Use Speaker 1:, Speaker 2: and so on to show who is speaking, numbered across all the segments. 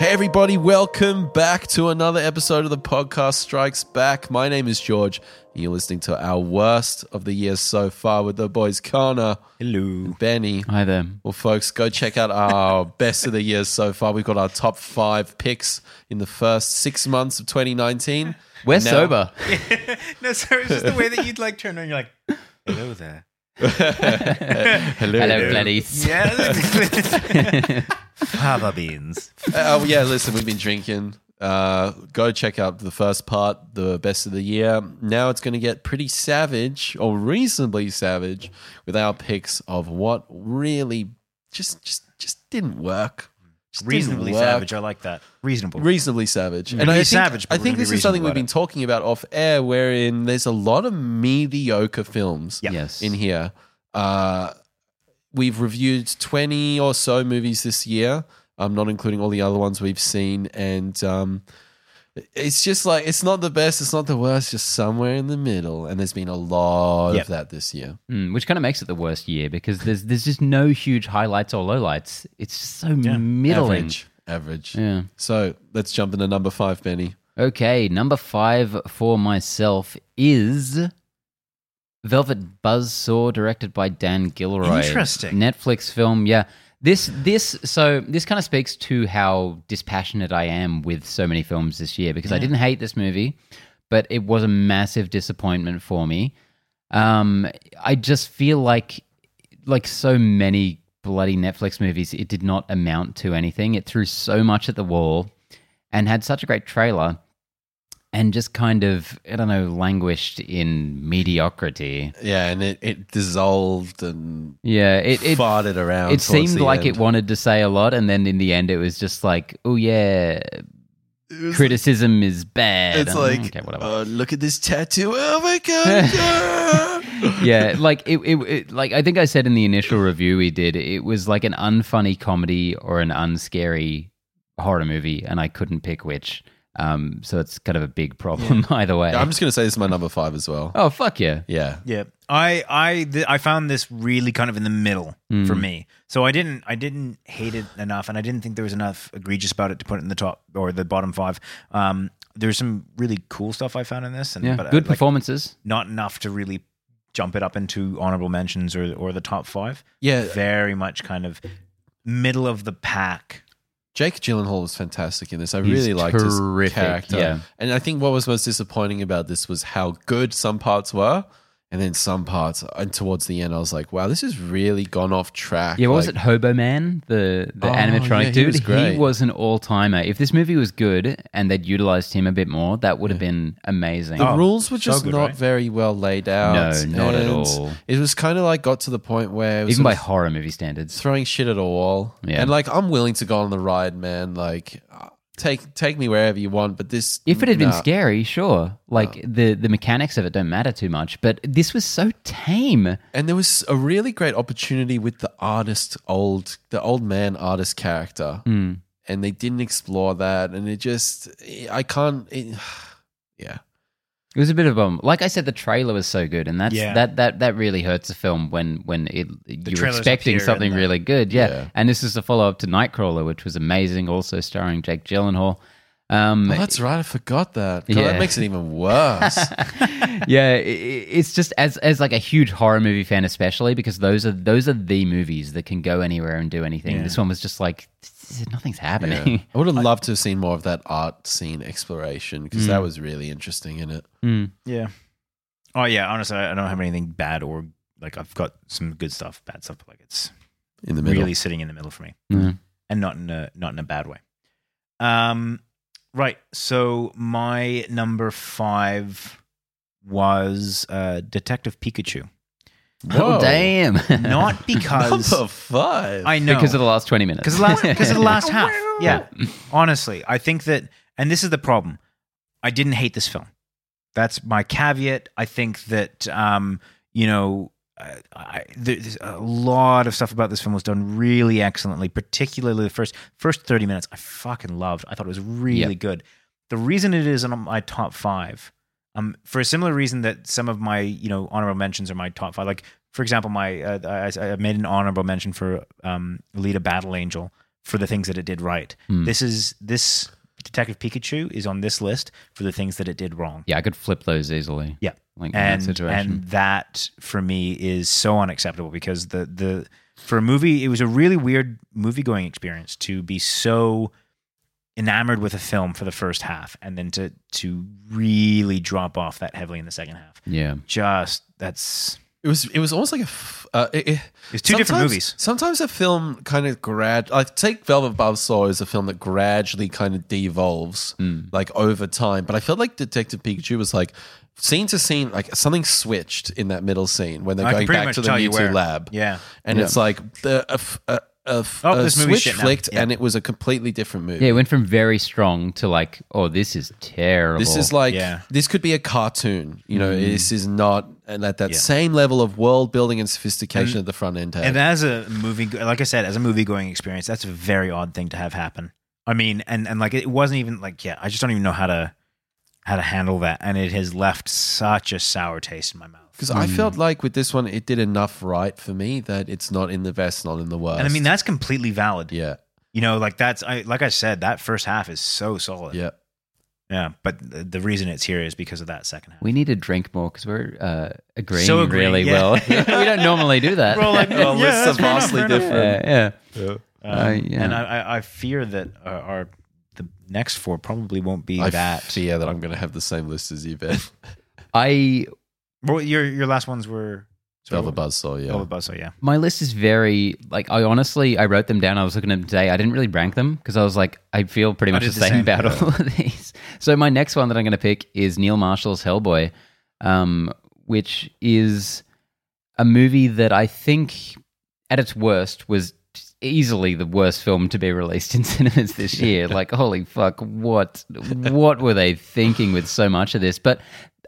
Speaker 1: Hey, everybody, welcome back to another episode of the podcast Strikes Back. My name is George, and you're listening to our worst of the year so far with the boys Kana,
Speaker 2: Hello.
Speaker 1: Benny.
Speaker 2: Hi there.
Speaker 1: Well, folks, go check out our best of the year so far. We've got our top five picks in the first six months of 2019.
Speaker 2: We're
Speaker 1: Now-
Speaker 2: sober.
Speaker 3: No, sorry, it's just the way that you'd like turn around. You're like, hello there.
Speaker 1: Hello,
Speaker 2: Hello, Gladys.
Speaker 3: Yeah. Fava beans.
Speaker 1: Uh, well, yeah, listen, we've been drinking. Uh, go check out the first part, the best of the year. Now it's going to get pretty savage, or reasonably savage, with our picks of what really just just just didn't work. Just didn't
Speaker 3: Reasonably
Speaker 1: work.
Speaker 3: savage. I like that. Reasonable.
Speaker 1: Reasonably savage, and
Speaker 3: Gonna
Speaker 1: I
Speaker 3: be
Speaker 1: think,
Speaker 3: savage, but
Speaker 1: I
Speaker 3: we're
Speaker 1: think
Speaker 3: gonna be
Speaker 1: this is something
Speaker 3: reasonable
Speaker 1: we've
Speaker 3: about
Speaker 1: been talking about off air, wherein there's a lot of mediocre films
Speaker 3: Yeah.
Speaker 2: Yes.
Speaker 1: in here. Uh, we've reviewed 20 or so movies this year, um, not including all the other ones we've seen. And um, it's just like, it's not the best, it's not the worst, just somewhere in the middle. And there's been a lot
Speaker 3: Yep.
Speaker 1: of that this year.
Speaker 2: Mm, which kind of makes it the worst year because there's there's just no huge highlights or lowlights. It's just so middling.
Speaker 1: Average. Average.
Speaker 2: Yeah.
Speaker 1: So let's jump into number five, Benny.
Speaker 2: Okay, number five for myself is Velvet Buzzsaw, directed by Dan Gilroy.
Speaker 3: Interesting.
Speaker 2: Netflix film, yeah. This this so this kind of speaks to how dispassionate I am with so many films this year because I didn't hate this movie, but it was a massive disappointment for me. Um, I just feel like like so many bloody Netflix movies, it did not amount to anything. It threw so much at the wall and had such a great trailer and just kind of, I don't know, languished in mediocrity.
Speaker 1: Yeah, and it, it dissolved and
Speaker 2: Yeah, it it,
Speaker 1: farted around.
Speaker 2: it
Speaker 1: towards
Speaker 2: seemed
Speaker 1: the
Speaker 2: like
Speaker 1: end.
Speaker 2: it wanted to say a lot and then in the end it was just like, oh yeah, criticism is bad.
Speaker 1: It's
Speaker 2: Oh,
Speaker 1: like,
Speaker 2: okay, whatever.
Speaker 1: "Oh, look at this tattoo. Oh my God. yeah.
Speaker 2: yeah, like it, it, it, like I think I said in the initial review we did, it was like an unfunny comedy or an unscary horror movie, and I couldn't pick which. Um, so it's kind of a big problem either way.
Speaker 1: I'm just going to say this is my number five as well.
Speaker 2: oh fuck yeah!
Speaker 1: Yeah.
Speaker 3: Yeah. I I th- I found this really kind of in the middle
Speaker 2: Mm.
Speaker 3: for me. So I didn't I didn't hate it enough, and I didn't think there was enough egregious about it to put it in the top or the bottom five. Um, there's some really cool stuff I found in this, and
Speaker 2: Yeah,
Speaker 1: uh,
Speaker 3: but
Speaker 2: good
Speaker 3: I, like,
Speaker 2: performances.
Speaker 3: not enough to really jump it up into honorable mentions or or the top five.
Speaker 1: Yeah.
Speaker 3: Very much kind of middle of the pack.
Speaker 1: Jake Gyllenhaal was fantastic in this. I
Speaker 2: He's
Speaker 1: really liked
Speaker 2: terrific,
Speaker 1: his character.
Speaker 2: yeah.
Speaker 1: And I think what was most disappointing about this was how good some parts were. And then some parts, and towards the end, I was like, wow, this has really gone off track.
Speaker 2: Yeah, what was
Speaker 1: Like,
Speaker 2: it? Hobo Man, the the
Speaker 1: Oh,
Speaker 2: animatronic
Speaker 1: yeah, he
Speaker 2: dude.
Speaker 1: was great.
Speaker 2: He was an all timer. If this movie was good and they'd utilized him a bit more, that would have been amazing.
Speaker 1: The rules were
Speaker 3: Oh, so
Speaker 1: just
Speaker 3: good,
Speaker 1: not
Speaker 3: right?
Speaker 1: very well laid out.
Speaker 2: No, not at
Speaker 1: and
Speaker 2: all.
Speaker 1: It was kind of like got to the point where it was
Speaker 2: Even by
Speaker 1: sort of
Speaker 2: horror movie standards.
Speaker 1: throwing shit at a wall.
Speaker 2: Yeah.
Speaker 1: And like, I'm willing to go on the ride, man. Like, uh, take take me wherever you want. But this,
Speaker 2: If it had been
Speaker 1: nah.
Speaker 2: scary, sure. Like the the mechanics of it don't matter too much, but this was so tame.
Speaker 1: And there was a really great opportunity with the artist old the old man artist character. And they didn't explore that and it just I can't it, yeah.
Speaker 2: It was a bit of um like I said the trailer was so good and that's
Speaker 3: Yeah.
Speaker 2: that that that really hurts a film when when it you're
Speaker 3: trailer's up
Speaker 2: expecting
Speaker 3: here
Speaker 2: something
Speaker 3: and then-
Speaker 2: really good. Yeah.
Speaker 1: Yeah.
Speaker 2: And this is a follow up to Nightcrawler which was amazing also starring Jake Gyllenhaal. Um
Speaker 1: Oh, that's right. I forgot that. God, That
Speaker 2: Yeah.
Speaker 1: makes it even worse.
Speaker 2: yeah, i- i it's just as as like a huge horror movie fan, especially because those are those are the movies that can go anywhere and do anything.
Speaker 3: Yeah.
Speaker 2: This one was just like "This is- nothing's
Speaker 1: Yeah.
Speaker 2: happening.
Speaker 1: I would have loved to have seen more of that art scene exploration because
Speaker 2: Mm.
Speaker 1: that was really interesting in it.
Speaker 3: Yeah. Oh yeah. Honestly, I I don't have anything bad or like I've got some good stuff, bad stuff. But like it's
Speaker 1: In the middle.
Speaker 3: really sitting in the middle for me,
Speaker 2: Yeah.
Speaker 3: and not in a not in a bad way. Um, right. So my number five was uh, Detective Pikachu.
Speaker 2: Oh damn!
Speaker 3: Not because
Speaker 1: Number five.
Speaker 3: I know
Speaker 2: because of the last twenty minutes.
Speaker 3: because the last because of the last half. Yeah, honestly, I think that, and this is the problem. I didn't hate this film. That's my caveat. I think that um, you know, I, I, there's a lot of stuff about this film was done really excellently, particularly the first first thirty minutes. I fucking loved. I thought it was really
Speaker 2: Yeah.
Speaker 3: good. The reason it is on my top five, um, for a similar reason that some of my you know honorable mentions are my top five. Like for example, my uh, I, I made an honorable mention for um, Alita Battle Angel for the things that it did right. This is this Detective Pikachu is on this list for the things that it did wrong.
Speaker 2: Yeah, I could flip those easily.
Speaker 3: Yeah.
Speaker 2: Like in that
Speaker 3: And
Speaker 2: situation.
Speaker 3: and that for me is so unacceptable because the the for a movie it was a really weird movie going experience to be so enamored with a film for the first half and then to to really drop off that heavily in the second half.
Speaker 2: yeah.
Speaker 3: Just that's
Speaker 1: It was it was almost like a. f- Uh, it, it-
Speaker 3: it's two different
Speaker 1: sometimes-
Speaker 3: movies.
Speaker 1: Sometimes a film kind of grad. Like take Velvet Buzzsaw is a film that gradually kind of devolves,
Speaker 3: Hmm.
Speaker 1: like over time. But I felt like Detective Pikachu was like scene to scene, like something switched in that middle scene when they're
Speaker 3: I can
Speaker 1: going
Speaker 3: pretty
Speaker 1: back
Speaker 3: much
Speaker 1: to the
Speaker 3: tell you
Speaker 1: Mewtwo
Speaker 3: where.
Speaker 1: lab.
Speaker 3: Yeah.
Speaker 1: and
Speaker 2: Yeah.
Speaker 1: it's like the a, f- a- a f-
Speaker 3: Oh,
Speaker 1: a
Speaker 3: this movie's
Speaker 1: switch
Speaker 3: shit now.
Speaker 1: flicked,
Speaker 3: Yeah.
Speaker 1: and it was a completely different movie.
Speaker 2: Yeah, it went from very strong to like, oh, this is terrible.
Speaker 1: This is like
Speaker 3: Yeah. Hmm.
Speaker 1: this could be a cartoon. You know, this is not and at that
Speaker 3: Yeah.
Speaker 1: same level of world building and sophistication that the front end had.
Speaker 3: And as a movie, like I said, as a movie going experience, that's a very odd thing to have happen. I mean, and and like it wasn't even like yeah, I just don't even know how to how to handle that, and it has left such a sour taste in my mouth.
Speaker 1: because I felt
Speaker 2: Hmm.
Speaker 1: like with this one, it did enough right for me that it's not in the best, not in the worst.
Speaker 3: And I mean, that's completely valid.
Speaker 1: yeah,
Speaker 3: You know, like that's I like I said, that first half is so solid.
Speaker 1: yeah.
Speaker 3: Yeah, But the, the reason it's here is because of that second half.
Speaker 2: we need to drink more because we're uh, agreeing
Speaker 3: So agreeing,
Speaker 2: really
Speaker 3: yeah.
Speaker 2: well. we don't normally do that.
Speaker 3: We're all like,
Speaker 1: Well,
Speaker 3: Yeah, that's
Speaker 1: lists are
Speaker 3: fair enough,
Speaker 1: vastly
Speaker 3: fair enough.
Speaker 1: different.
Speaker 2: yeah, yeah.
Speaker 3: Um,
Speaker 2: Uh, yeah.
Speaker 3: And I, I, I fear that uh, our the next four probably won't be
Speaker 1: I
Speaker 3: that.
Speaker 1: fear that I'm going to have the same list as you, Ben.
Speaker 2: I
Speaker 3: Well, your your last ones were sorry,
Speaker 1: Velvet
Speaker 3: what-
Speaker 1: Buzzsaw, yeah.
Speaker 3: Velvet Buzzsaw, yeah.
Speaker 2: my list is very like I honestly I wrote them down. I was looking at them today. I didn't really rank them because I was like I feel pretty
Speaker 3: I
Speaker 2: much the
Speaker 3: did the
Speaker 2: same,
Speaker 3: same,
Speaker 2: about
Speaker 1: yeah.
Speaker 2: all of these. So my next one that I'm going to pick is Neil Marshall's Hellboy, um, which is a movie that I think at its worst was easily the worst film to be released in cinemas this year. like holy fuck, what what were they thinking with so much of this? But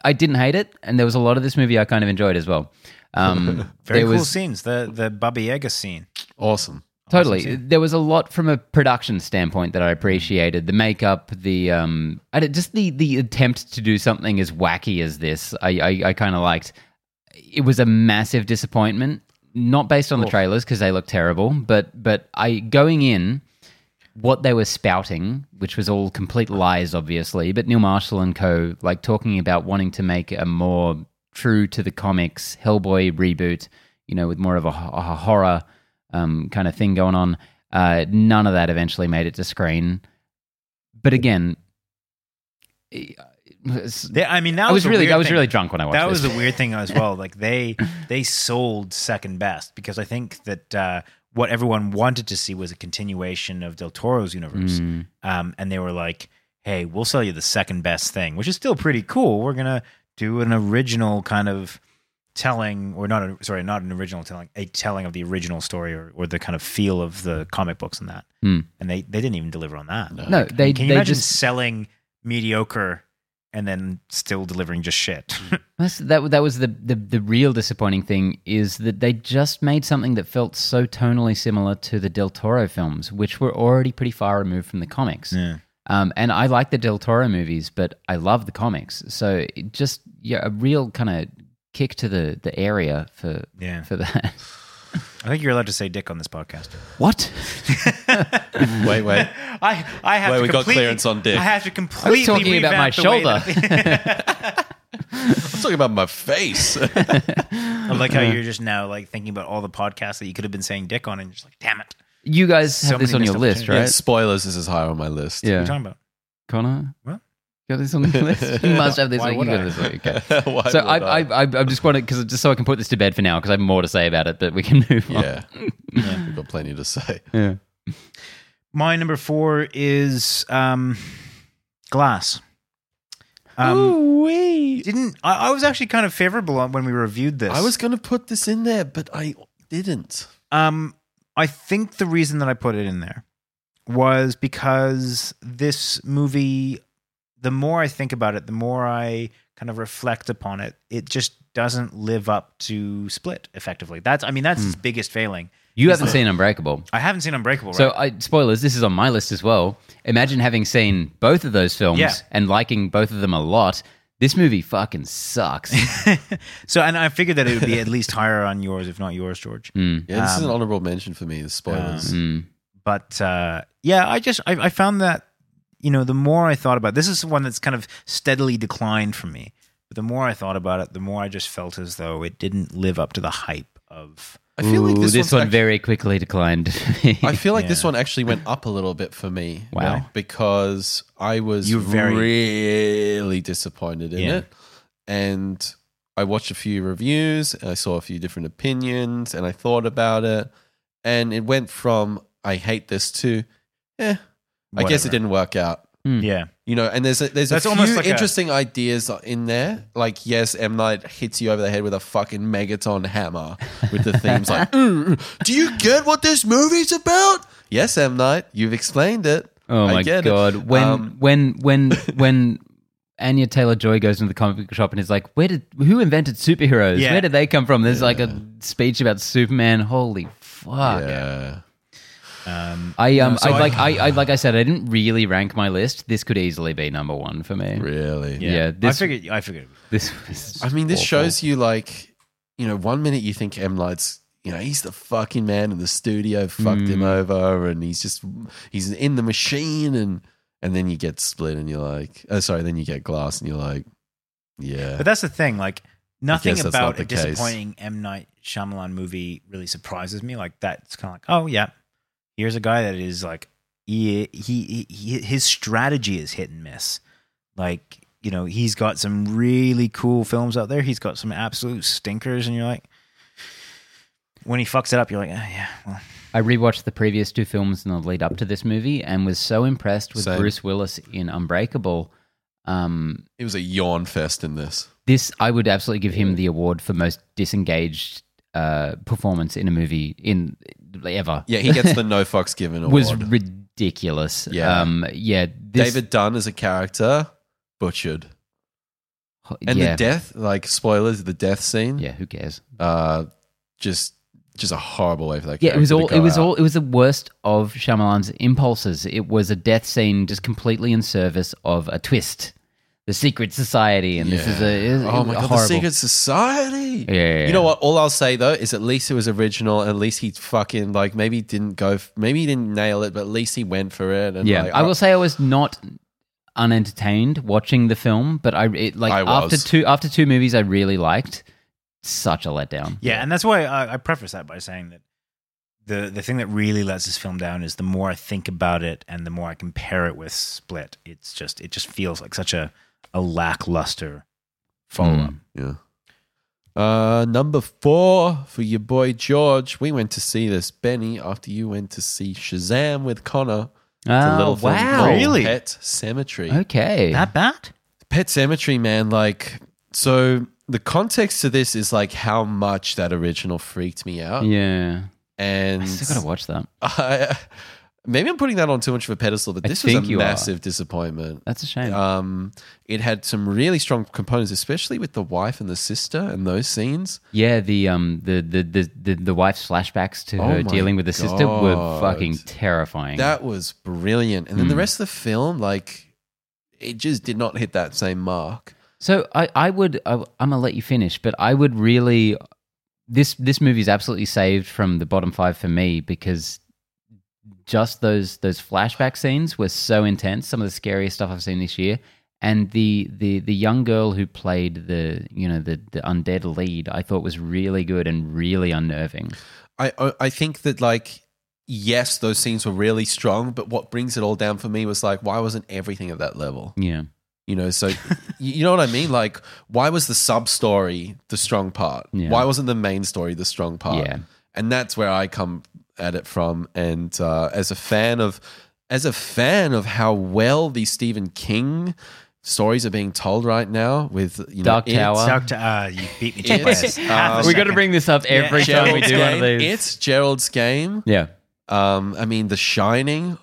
Speaker 2: I didn't hate it, and there was a lot of this movie I kind of enjoyed as well. Um,
Speaker 3: Very
Speaker 2: there
Speaker 3: cool
Speaker 2: was,
Speaker 3: scenes. The the Baba Yaga scene.
Speaker 1: Awesome.
Speaker 2: Totally.
Speaker 3: Awesome scene.
Speaker 2: There was a lot from a production standpoint that I appreciated. The makeup, the um, and it, just the the attempt to do something as wacky as this, I I, I kind of liked. It was a massive disappointment, not based on the trailers because they look terrible, but but I going in what they were spouting, which was all complete lies, obviously. But Neil Marshall and co like talking about wanting to make a more true to the comics Hellboy reboot, you know, with more of a, ho- a horror um, kind of thing going on. Uh, none of that eventually made it to screen. But again, eh, it's-
Speaker 3: They, I mean, that
Speaker 2: I was
Speaker 3: a
Speaker 2: really
Speaker 3: weird
Speaker 2: I was
Speaker 3: thing.
Speaker 2: really drunk when I watched
Speaker 3: That
Speaker 2: this.
Speaker 3: was a weird thing as well. Like they they sold second best because I think that uh, what everyone wanted to see was a continuation of Del Toro's universe,
Speaker 2: Mm.
Speaker 3: um, and they were like, "Hey, we'll sell you the second best thing," which is still pretty cool. We're gonna do an original kind of telling, or not? A, sorry, not an original telling, a telling of the original story or, or the kind of feel of the comic books and that.
Speaker 2: Hmm.
Speaker 3: And they they didn't even deliver on that.
Speaker 2: No, they
Speaker 3: Can you
Speaker 2: they
Speaker 3: imagine
Speaker 2: just
Speaker 3: selling mediocre and then still delivering just shit?
Speaker 2: That's, that that was the, the the real disappointing thing is that they just made something that felt so tonally similar to the Del Toro films, which were already pretty far removed from the comics.
Speaker 3: Yeah.
Speaker 2: Um, and I like the Del Toro movies, but I love the comics. So it just yeah, a real kind of kick to the the area for
Speaker 3: Yeah.
Speaker 2: for that.
Speaker 3: I think you're allowed to say dick on this podcast.
Speaker 2: what?
Speaker 1: Wait, wait.
Speaker 3: I, I have
Speaker 1: Wait,
Speaker 3: to
Speaker 1: we got
Speaker 3: completely-
Speaker 1: clearance on dick.
Speaker 3: I have to completely
Speaker 2: talking about my
Speaker 3: revamp the way that-
Speaker 1: I'm talking about my face.
Speaker 3: I like how you're just now like thinking about all the podcasts that you could have been saying dick on, and you're just like, damn it.
Speaker 2: You guys have
Speaker 3: So
Speaker 2: this
Speaker 3: many
Speaker 2: on your
Speaker 3: missed
Speaker 2: list,
Speaker 1: yeah,
Speaker 2: right?
Speaker 1: spoilers. This is high on my list.
Speaker 3: What are you talking about?
Speaker 2: Connor.
Speaker 3: What?
Speaker 2: Got this on the list. You must have this.
Speaker 3: Why
Speaker 2: on- You
Speaker 3: would
Speaker 2: got
Speaker 3: I?
Speaker 2: this. on- Okay.
Speaker 1: Why
Speaker 2: so
Speaker 1: would
Speaker 2: I, I, I, I just want to because just so I can put this to bed for now because I have more to say about it, but we can move on.
Speaker 1: yeah, we've got plenty to say.
Speaker 2: Yeah.
Speaker 3: My number four is um, glass. Um, didn't I, I was actually kind of favorable on when we reviewed this.
Speaker 1: I was going to put this in there, but I didn't.
Speaker 3: Um, I think the reason that I put it in there was because this movie, the more I think about it, the more I kind of reflect upon it, it just doesn't live up to Split effectively. That's, I mean, that's its biggest failing.
Speaker 2: You haven't seen Unbreakable.
Speaker 3: I haven't seen Unbreakable,
Speaker 2: So,
Speaker 3: right?
Speaker 2: I, spoilers, this is on my list as well. Imagine having seen both of those films
Speaker 3: Yeah.
Speaker 2: and liking both of them a lot. This movie fucking sucks.
Speaker 3: So, and I figured that it would be
Speaker 2: Hmm.
Speaker 3: at least higher on yours, if not yours, George.
Speaker 2: Um,
Speaker 1: Yeah, this is an honorable mention for me. The spoilers.
Speaker 2: Mm.
Speaker 3: But uh, yeah, I just I, I found that you know the more I thought about this is one that's kind of steadily declined for me. But the more I thought about it, the more I just felt as though it didn't live up to the hype of.
Speaker 1: I feel like
Speaker 2: Ooh,
Speaker 1: this,
Speaker 2: this,
Speaker 1: one's
Speaker 2: one
Speaker 1: actu-
Speaker 2: very quickly declined.
Speaker 1: I feel like this
Speaker 3: Yeah.
Speaker 1: one actually went up a little bit for me.
Speaker 2: Wow.
Speaker 1: right? Because I was
Speaker 3: You were very-
Speaker 1: really disappointed in
Speaker 3: Yeah.
Speaker 1: it. And I watched a few reviews and I saw a few different opinions and I thought about it. And it went from I hate this to eh, I guess
Speaker 3: whatever.
Speaker 1: it didn't work out.
Speaker 2: Hmm.
Speaker 3: Yeah,
Speaker 1: You know, and there's a, there's
Speaker 3: That's
Speaker 1: a
Speaker 3: almost
Speaker 1: few
Speaker 3: like a-
Speaker 1: interesting ideas in there. Like, yes, M Night hits you over the head with a fucking megaton hammer with the themes like, "Ooh, do you get what this movie's about? Yes, M Night, you've explained it.
Speaker 2: Oh
Speaker 1: I
Speaker 2: my
Speaker 1: get it.
Speaker 2: god! When
Speaker 1: Um,
Speaker 2: when when when Anya Taylor Joy goes into the comic book shop and is like, "Where did who invented superheroes?
Speaker 3: Yeah.
Speaker 2: Where did they come from?" There's like a speech about Superman. Holy fuck!
Speaker 1: Yeah.
Speaker 3: um,
Speaker 2: I um
Speaker 3: so
Speaker 2: I
Speaker 3: I-
Speaker 2: like I, I like I said I didn't really rank my list. This could easily be number one for me.
Speaker 1: Really?
Speaker 2: Yeah. this-
Speaker 3: I figured. I figured.
Speaker 2: This was
Speaker 1: I mean, this
Speaker 2: awful.
Speaker 1: shows you like, you know, one minute you think M Light's, you know, he's the fucking man in the studio, fucked
Speaker 2: Hmm.
Speaker 1: him over, and he's just he's in the machine, and and then you get split, and you're like, oh, sorry, then you get glass, and you're like, yeah,
Speaker 3: But that's the thing. Like nothing
Speaker 1: guess that's
Speaker 3: about
Speaker 1: not
Speaker 3: a
Speaker 1: the case.
Speaker 3: disappointing M Night Shyamalan movie really surprises me. Like that's kind of like, oh yeah, here's a guy that is like, he, he he his strategy is hit and miss. Like you know, he's got some really cool films out there. He's got some absolute stinkers, and you're like, when he fucks it up, you're like, oh, yeah, well,
Speaker 2: I rewatched the previous two films in the lead up to this movie and was so impressed with
Speaker 1: Same.
Speaker 2: Bruce Willis in Unbreakable. Um,
Speaker 1: it was a yawn fest in this.
Speaker 2: this I would absolutely give him the award for most disengaged uh, performance in a movie in ever.
Speaker 1: Yeah, he gets the no fucks given award.
Speaker 2: was ridiculous.
Speaker 1: Yeah.
Speaker 2: um, yeah. This,
Speaker 1: David Dunn as a character butchered, and
Speaker 2: yeah,
Speaker 1: the death, like spoilers, the death scene,
Speaker 2: yeah. Who cares?
Speaker 1: uh, just just a horrible way for that.
Speaker 2: Yeah, it was
Speaker 1: character
Speaker 2: all.
Speaker 1: to
Speaker 2: It
Speaker 1: go
Speaker 2: was
Speaker 1: out.
Speaker 2: all. It was the worst of Shyamalan's impulses. It was a death scene just completely in service of a twist, the secret society, and this is a.
Speaker 1: Yeah.
Speaker 2: It,
Speaker 1: oh my god,
Speaker 2: horrible.
Speaker 1: the Secret Society.
Speaker 2: Yeah, yeah,
Speaker 1: You know
Speaker 2: yeah.
Speaker 1: what? All I'll say though is at least it was original. At least he fucking like maybe he didn't go. f- Maybe he didn't nail it, but at least he went for it. And
Speaker 2: Yeah,
Speaker 1: like, "Oh."
Speaker 2: I will say I was not unentertained watching the film, but I it, like
Speaker 1: I was.
Speaker 2: after two after two movies I really liked. Such a letdown.
Speaker 3: yeah. And that's why I, I preface that by saying that. The, the thing that really lets this film down is the more I think about it and the more I compare it with Split, it's just it just feels like such a a lackluster follow up.
Speaker 1: Yeah. Uh, number four for your boy George. We went to see this Benny after you went to see Shazam with Connor. It's
Speaker 2: Oh,
Speaker 1: a little film
Speaker 2: wow.
Speaker 1: called
Speaker 3: Really?
Speaker 1: Pet Cemetery.
Speaker 2: Okay.
Speaker 3: That bad?
Speaker 1: Pet Cemetery, man, like so. The context to this is like how much that original freaked me out,
Speaker 2: yeah.
Speaker 1: and
Speaker 2: I still gotta watch that.
Speaker 1: I, maybe I'm putting that on too much of a pedestal, but
Speaker 2: I
Speaker 1: this was a
Speaker 2: think you are.
Speaker 1: massive disappointment.
Speaker 2: That's a shame.
Speaker 1: Um, it had some really strong components, especially with the wife and the sister and those scenes.
Speaker 2: yeah, the um the the the the, the wife's flashbacks to
Speaker 1: Oh
Speaker 2: her
Speaker 1: my
Speaker 2: dealing with the sister were
Speaker 1: God.
Speaker 2: fucking terrifying.
Speaker 1: That was brilliant. And then the
Speaker 2: Hmm.
Speaker 1: rest of the film, like, it just did not hit that same mark.
Speaker 2: So I, I would I, am gonna let you finish, but I would really this this movie is absolutely saved from the bottom five for me because just those those flashback scenes were so intense. Some of the scariest stuff I've seen this year, and the the the young girl who played the you know the the undead lead I thought was really good and really unnerving.
Speaker 1: I I- I think that like yes, those scenes were really strong, but what brings it all down for me was like why wasn't everything at that level?
Speaker 2: Yeah,
Speaker 1: You know, so y- you know what I mean? Like why was the sub story the strong part?
Speaker 2: Yeah.
Speaker 1: Why wasn't the main story the strong part?
Speaker 2: Yeah.
Speaker 1: And that's where I come at it from and uh, as a fan of as a fan of how well these Stephen King stories are being told right now with you know
Speaker 2: Dark
Speaker 1: It,
Speaker 2: Tower.
Speaker 3: Doctor, uh, you beat me to it by
Speaker 1: It's,
Speaker 3: half
Speaker 1: um,
Speaker 3: a
Speaker 1: We
Speaker 2: we got to
Speaker 3: second.
Speaker 2: bring this up every
Speaker 3: every Yeah.
Speaker 2: time we
Speaker 1: Gerald's
Speaker 2: do one of
Speaker 1: game.
Speaker 2: these.
Speaker 1: It's Gerald's game.
Speaker 2: yeah,
Speaker 1: Um, I mean, The Shining,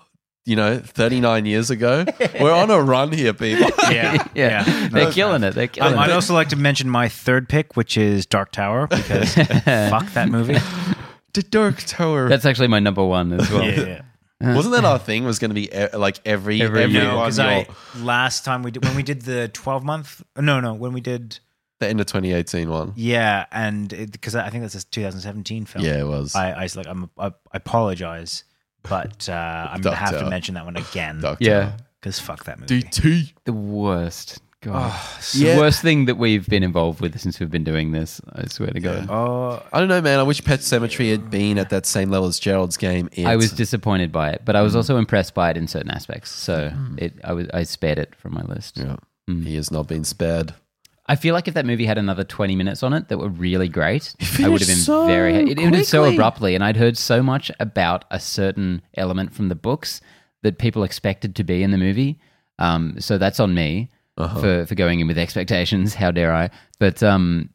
Speaker 1: you know, 39 years ago. We're on a run here, people.
Speaker 3: Yeah,
Speaker 2: yeah,
Speaker 3: yeah.
Speaker 2: they're killing it. They're killing
Speaker 3: Um, I'd
Speaker 2: it.
Speaker 3: also like to mention my third pick, which is Dark Tower, because fuck that movie.
Speaker 1: The Dark Tower.
Speaker 2: That's actually my number one as well.
Speaker 3: Yeah,
Speaker 1: Wasn't that our thing? Was going to be e- like every,
Speaker 2: Every
Speaker 1: everyone,
Speaker 2: year.
Speaker 3: no, because I
Speaker 1: you're-
Speaker 3: last time we did when we did the twelve month. No, no, when we did
Speaker 1: the end of 2018 one.
Speaker 3: yeah, and because I think that's a 2017 film.
Speaker 1: Yeah, it was.
Speaker 3: I, I was like I'm, I, I apologize But uh, I'm gonna have to
Speaker 1: Doctor.
Speaker 3: mention that one again
Speaker 1: Doctor.
Speaker 2: Yeah.
Speaker 3: because fuck that movie.
Speaker 1: DT.
Speaker 2: The worst. God.
Speaker 3: Oh,
Speaker 2: It's
Speaker 1: Yeah.
Speaker 2: The worst thing that we've been involved with since we've been doing this. I swear to God.
Speaker 3: oh,
Speaker 1: I don't know, man. I wish Pet Cemetery had been at that same level as Gerald's game. It.
Speaker 2: I was disappointed by it, but I was also impressed by it in certain aspects. So it, I was, I spared it from my list.
Speaker 1: Yeah.
Speaker 2: Hmm.
Speaker 1: He has not been spared.
Speaker 2: I feel like if that movie had another twenty minutes on it that were really great, I would have been
Speaker 1: finished so
Speaker 2: very. ha- It ended so
Speaker 1: quickly.
Speaker 2: abruptly, and I'd heard so much about a certain element from the books that people expected to be in the movie. Um, so that's on me
Speaker 1: Uh-huh.
Speaker 2: for for going in with expectations. How dare I? But um,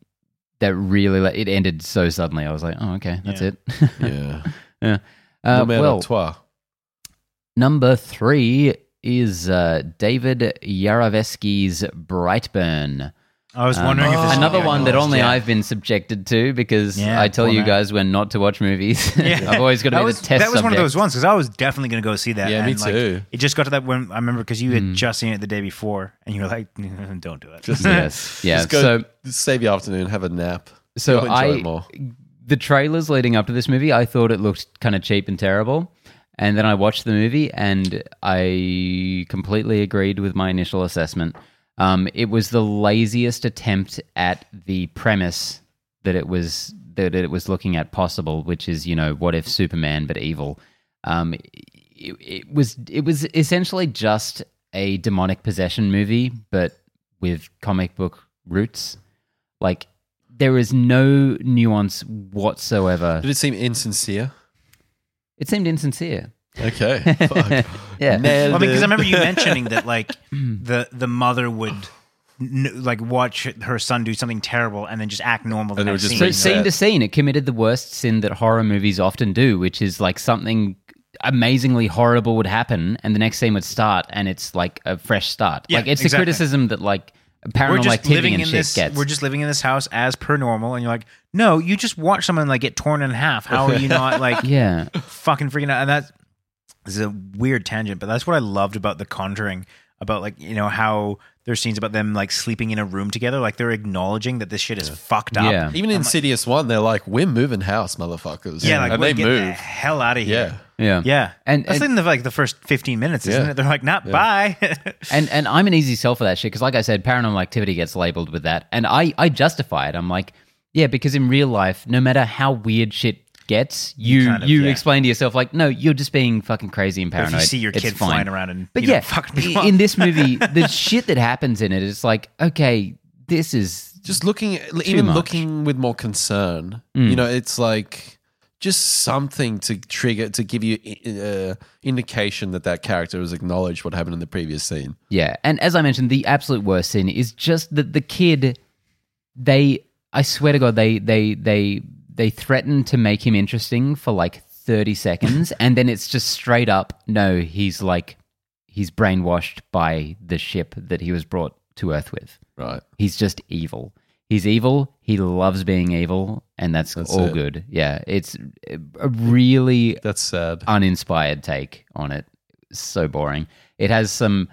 Speaker 2: that really like, it ended so suddenly. I was like, oh okay, that's
Speaker 3: Yeah.
Speaker 2: it.
Speaker 1: Yeah.
Speaker 2: yeah.
Speaker 1: No
Speaker 2: Uh,
Speaker 1: man
Speaker 2: well,
Speaker 1: of toi.
Speaker 2: Number three is uh, David Yaroveski's Brightburn.
Speaker 3: I
Speaker 1: Uh,
Speaker 3: was wondering if this
Speaker 2: Uh, Another
Speaker 3: would be
Speaker 2: one
Speaker 3: on
Speaker 2: that
Speaker 3: the list,
Speaker 2: only
Speaker 3: Oh, yeah.
Speaker 2: I've been subjected to because
Speaker 3: Yeah,
Speaker 2: I tell
Speaker 3: poor
Speaker 2: you
Speaker 3: man.
Speaker 2: guys when not to watch movies. I've always got to
Speaker 3: that
Speaker 2: be
Speaker 3: was,
Speaker 2: the test
Speaker 3: That was one of
Speaker 2: subject.
Speaker 3: those ones because I was definitely going to go see that.
Speaker 1: Yeah, me
Speaker 3: and, like,
Speaker 1: too.
Speaker 3: it just got to that when I remember because you had
Speaker 2: Hmm.
Speaker 3: just seen it the day before and you were like, "Don't do it."
Speaker 2: yes. Yeah.
Speaker 1: Just go
Speaker 2: So
Speaker 1: save your afternoon, have a nap.
Speaker 2: So
Speaker 1: You'll enjoy
Speaker 2: I-
Speaker 1: it more.
Speaker 2: the trailers leading up to this movie, I thought it looked kind of cheap and terrible. And then I watched the movie and I completely agreed with my initial assessment. Um, it was the laziest attempt at the premise that it was that it was looking at possible, which is you know what if Superman but evil. Um, it, it was it was essentially just a demonic possession movie, but with comic book roots. Like there is no nuance whatsoever.
Speaker 1: Did it seem insincere?
Speaker 2: It seemed insincere.
Speaker 1: Okay. Fuck.
Speaker 2: Yeah.
Speaker 1: Nailed
Speaker 3: Well, I mean, because I
Speaker 1: it.
Speaker 3: remember you mentioning that like
Speaker 2: Hmm.
Speaker 3: the the mother would n- like watch her son do something terrible and then just act normal. The
Speaker 1: And it
Speaker 3: next
Speaker 1: would just
Speaker 2: So
Speaker 1: be
Speaker 3: scene.
Speaker 2: scene to scene, it committed the worst sin that horror movies often do, which is like something amazingly horrible would happen, and the next scene would start, and it's like a fresh start.
Speaker 3: Yeah,
Speaker 2: like it's
Speaker 3: exactly.
Speaker 2: the criticism that like
Speaker 3: we're
Speaker 2: paranormal
Speaker 3: just
Speaker 2: activity
Speaker 3: living
Speaker 2: and
Speaker 3: in
Speaker 2: shit
Speaker 3: this.
Speaker 2: gets.
Speaker 3: We're just living in this house as per normal, and you're like, no, you just watch someone like get torn in half. How are you not like
Speaker 2: yeah,
Speaker 3: fucking freaking out? And that's this is a weird tangent, but that's what I loved about The Conjuring. About like you know how there's scenes about them like sleeping in a room together, like they're acknowledging that this shit is fucked up.
Speaker 2: Yeah.
Speaker 1: Even Insidious One, they're like, we're moving house, motherfuckers.
Speaker 3: yeah, like
Speaker 1: and
Speaker 3: well,
Speaker 1: they
Speaker 3: get the
Speaker 1: move.
Speaker 3: hell out of here.
Speaker 1: Yeah.
Speaker 2: yeah,
Speaker 3: Yeah,
Speaker 2: And-
Speaker 3: that's
Speaker 2: and-
Speaker 3: in the like the first fifteen minutes, isn't
Speaker 1: Yeah.
Speaker 3: it? They're like, "Not bye."
Speaker 2: And and I'm an easy sell for that shit because, like I said, paranormal activity gets labeled with that, and I I justify it. I'm like, yeah, because in real life, no matter how weird shit gets, you you,
Speaker 3: kind of, yeah.
Speaker 2: explain to yourself like, no, you're just being fucking crazy and
Speaker 3: if
Speaker 2: paranoid.
Speaker 3: you see your
Speaker 2: It's
Speaker 3: kid
Speaker 2: fine.
Speaker 3: flying around and
Speaker 2: But
Speaker 3: you know,
Speaker 2: yeah,
Speaker 3: fucking people
Speaker 2: i- in this movie, the shit that happens in it is like, okay, this is
Speaker 1: Just looking, even
Speaker 2: much. Mm.
Speaker 1: looking with more concern. You know, it's like just something to trigger, to give you uh, indication that that character has acknowledged what happened in the previous scene.
Speaker 2: Yeah, and as I mentioned, the absolute worst sin is just that the kid. They, I swear to God, they they they they threaten to make him interesting for like thirty seconds, and then it's just straight up. No, he's like he's brainwashed by the ship that he was brought to Earth with.
Speaker 1: Right.
Speaker 2: He's just evil. He's evil. He loves being evil, and that's, all
Speaker 1: it.
Speaker 2: good. Yeah, it's a really
Speaker 1: That's sad.
Speaker 2: uninspired take on it. So boring. It has some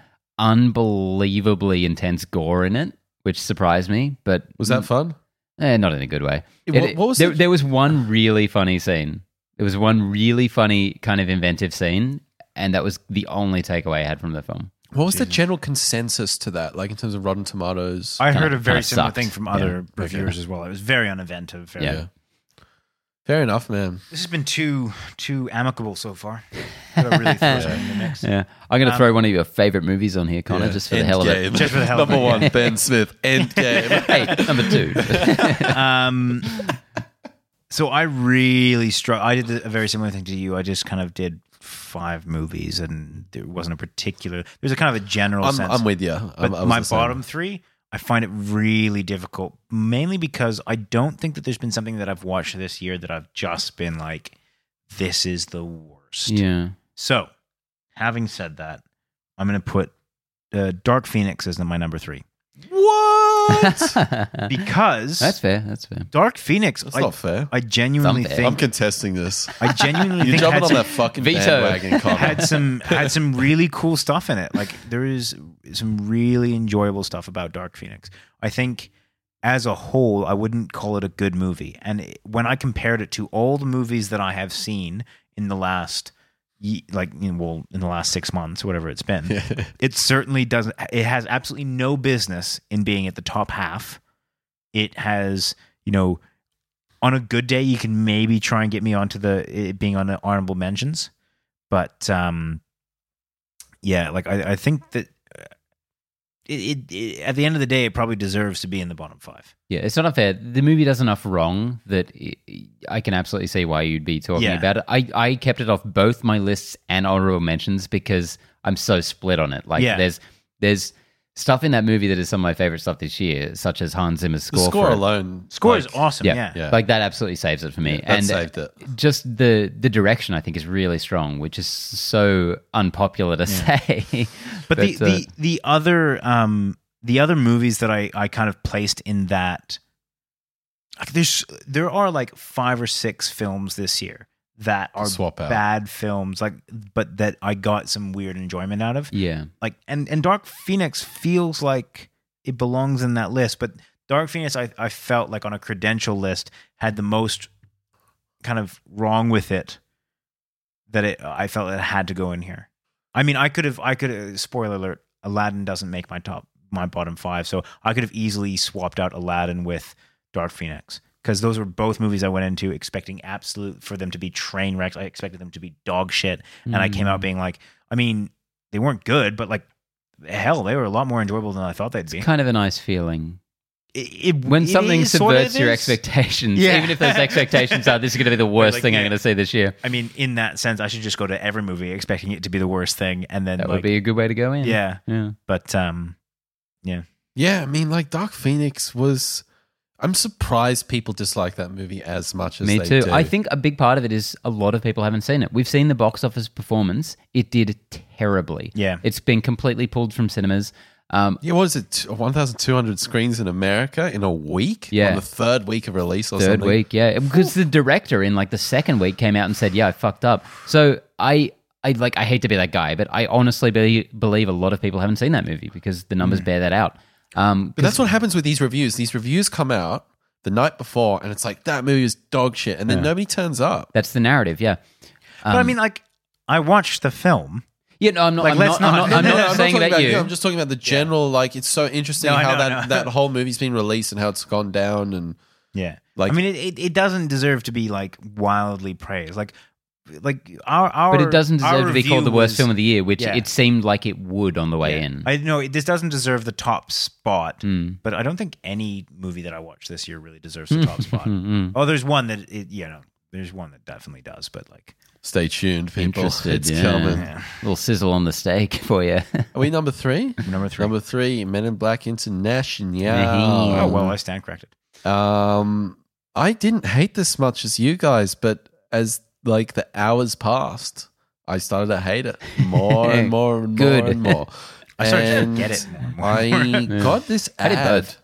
Speaker 2: unbelievably intense gore in it, which surprised me, but
Speaker 1: Was that fun?
Speaker 2: eh, not in a good way.
Speaker 1: It- what- what was
Speaker 2: there,
Speaker 1: the-
Speaker 2: there was one really funny scene. There was one really funny kind of inventive scene, and that was the only takeaway I had from the film.
Speaker 1: What was the general consensus to that? Like in terms of Rotten Tomatoes?
Speaker 3: I heard
Speaker 2: kinda-
Speaker 3: a very
Speaker 2: kinda
Speaker 3: similar
Speaker 2: sucked.
Speaker 3: thing from
Speaker 2: Yeah.
Speaker 3: other reviewers as well. It was very uninventive. Very
Speaker 2: Yeah.
Speaker 1: Fair enough, man.
Speaker 3: This has been too too amicable so far. But I really throws it in the mix.
Speaker 2: Yeah, I'm
Speaker 1: Um,
Speaker 2: gonna throw one of your favorite movies on here, Connor, just for the hell of it.
Speaker 3: Just for the hell of
Speaker 1: Number
Speaker 3: it,
Speaker 1: one, Ben Smith. Endgame.
Speaker 2: Hey, number two.
Speaker 3: Um, so I really struggled. I did a very similar thing to you. I just kind of did five movies, and there wasn't a particular. There's a kind of a general
Speaker 1: I'm,
Speaker 3: sense.
Speaker 1: I'm with you.
Speaker 3: but my bottom three, I find it really difficult, mainly because I don't think that there's been something that I've watched this year that I've just been like, this is the worst.
Speaker 2: yeah,
Speaker 3: So, having said that, I'm going to put uh, Dark Phoenix as my number three
Speaker 1: What?
Speaker 3: because
Speaker 2: that's fair. That's fair.
Speaker 3: Dark Phoenix,
Speaker 1: That's
Speaker 3: I,
Speaker 1: not fair.
Speaker 3: I genuinely
Speaker 2: Something.
Speaker 1: I'm
Speaker 3: think.
Speaker 1: contesting this.
Speaker 3: I genuinely
Speaker 1: You're
Speaker 3: think
Speaker 1: jumping
Speaker 3: had
Speaker 1: on
Speaker 3: some,
Speaker 1: that fucking
Speaker 2: Veto.
Speaker 1: bandwagon,
Speaker 3: had
Speaker 1: Connor.
Speaker 3: some had some really cool stuff in it. Like there is some really enjoyable stuff about Dark Phoenix. I think as a whole, I wouldn't call it a good movie. And it- when I compared it to all the movies that I have seen in the last ye- like you know, well in the last six months, whatever it's been, it certainly doesn't. It has absolutely no business in being at the top half. It has, you know, on a good day, you can maybe try and get me onto the it being on the honorable mentions, but um, yeah, like I, I think that uh, it, it, it at the end of the day, it probably deserves to be in the bottom five.
Speaker 2: Yeah, it's not unfair. The movie does enough wrong that i- I can absolutely see why you'd be talking
Speaker 3: Yeah.
Speaker 2: about it. I, I kept it off both my lists and honorable mentions because I'm so split on it. Like
Speaker 3: Yeah.
Speaker 2: there's there's stuff in that movie that is some of my favorite stuff this year, such as Hans Zimmer's
Speaker 1: The
Speaker 2: score.
Speaker 1: score
Speaker 2: for it.
Speaker 1: alone.
Speaker 3: Score
Speaker 1: like,
Speaker 3: is awesome.
Speaker 2: yeah.
Speaker 3: yeah.
Speaker 1: Yeah.
Speaker 2: Like that absolutely saves it for me.
Speaker 1: That
Speaker 2: and uh,
Speaker 1: saved it.
Speaker 2: just the the direction I think is really strong, which is so unpopular to say.
Speaker 3: but, the,
Speaker 2: uh,
Speaker 3: the the other um the other movies that I I kind of placed in that like there's there are like five or six films this year that are
Speaker 1: Swap out.
Speaker 3: bad films like but that I got some weird enjoyment out of
Speaker 2: yeah.
Speaker 3: like and and Dark Phoenix feels like it belongs in that list but Dark Phoenix I I felt like on a credential list had the most kind of wrong with it that it I felt it had to go in here. I mean, I could have I could uh, spoiler alert, Aladdin doesn't make my top my bottom 5, so I could have easily swapped out Aladdin with Dark Phoenix because those were both movies I went into expecting absolute for them to be train wrecks. I expected them to be dog shit and I
Speaker 2: Hmm.
Speaker 3: came out being like, I mean, they weren't good, but like hell, they were a lot more enjoyable than I thought they'd be.
Speaker 2: Kind of a nice feeling.
Speaker 3: It, it-
Speaker 2: when
Speaker 3: it
Speaker 2: something
Speaker 3: is sorta
Speaker 2: subverts your
Speaker 3: this.
Speaker 2: expectations,
Speaker 3: Yeah.
Speaker 2: even if those expectations are this is going to be the worst
Speaker 3: Like,
Speaker 2: thing I'm
Speaker 3: yeah.
Speaker 2: going to see this year,
Speaker 3: I mean, in that sense, I should just go to every movie expecting it to be the worst thing, and then
Speaker 2: that
Speaker 3: like,
Speaker 2: would be a good way to go in.
Speaker 3: yeah.
Speaker 2: yeah.
Speaker 3: But um,
Speaker 1: Yeah, I mean, like Dark Phoenix was. I'm surprised people dislike that movie as much as
Speaker 2: Me
Speaker 1: they
Speaker 2: too.
Speaker 1: do.
Speaker 2: I think a big part of it is a lot of people haven't seen it. We've seen the box office performance; it did terribly.
Speaker 3: Yeah.
Speaker 2: it's been completely pulled from cinemas. Um,
Speaker 1: Yeah, what is it? 1,200 screens in America in a week?
Speaker 2: Yeah.
Speaker 1: On the third week of release or
Speaker 2: third
Speaker 1: something?
Speaker 2: week, yeah, because the director in like the second week came out and said, "Yeah, I fucked up." So I, I like, I hate to be that guy, but I honestly be- believe a lot of people haven't seen that movie because the numbers bear that out. Um,
Speaker 1: But that's what happens with these reviews. These reviews come out the night before and it's like, that movie is dog shit. And then nobody turns up.
Speaker 2: that's the narrative, yeah. um,
Speaker 3: but I mean, like, I watched the film.
Speaker 2: Yeah, no, I'm not.
Speaker 3: Like,
Speaker 2: I'm,
Speaker 3: let's
Speaker 2: not, I'm
Speaker 3: not-
Speaker 2: not. I'm
Speaker 3: No,
Speaker 2: not
Speaker 3: no, I'm not
Speaker 2: saying
Speaker 1: talking
Speaker 2: about, you.
Speaker 1: I'm just talking about the general, like, it's so interesting
Speaker 3: No, I
Speaker 1: how
Speaker 3: know, I
Speaker 1: that,
Speaker 3: know.
Speaker 1: that whole movie's been released and how it's gone down. And
Speaker 3: Yeah,
Speaker 1: Like-
Speaker 3: I mean, it, it, it doesn't deserve to be like wildly praised. Like, like our our
Speaker 2: but it doesn't
Speaker 3: our
Speaker 2: deserve to be
Speaker 3: review
Speaker 2: called the worst
Speaker 3: was-
Speaker 2: film of the year, which
Speaker 3: Yeah.
Speaker 2: it seemed like it would on the way
Speaker 3: Yeah.
Speaker 2: in.
Speaker 3: I know this doesn't deserve the top spot,
Speaker 2: Mm.
Speaker 3: but I don't think any movie that I watched this year really deserves the top spot.
Speaker 2: Mm-mm.
Speaker 3: Oh, there's one that it, you know, there's one that definitely does, but like,
Speaker 1: stay tuned, people.
Speaker 2: Interested,
Speaker 1: It's
Speaker 2: yeah.
Speaker 1: coming.
Speaker 3: yeah.
Speaker 2: Little sizzle on the steak for you.
Speaker 1: Are we number three?
Speaker 3: number three.
Speaker 1: Number three, Men in Black International.
Speaker 2: Yeah.
Speaker 3: oh well, I stand corrected.
Speaker 1: Um, I didn't hate this much as you guys, but as like the hours passed, I started to hate it more and more and
Speaker 2: Good.
Speaker 1: more and more.
Speaker 3: I started to
Speaker 1: And
Speaker 3: get it more and more and
Speaker 1: I
Speaker 2: more.
Speaker 1: got this
Speaker 2: I did
Speaker 1: ad.
Speaker 2: both.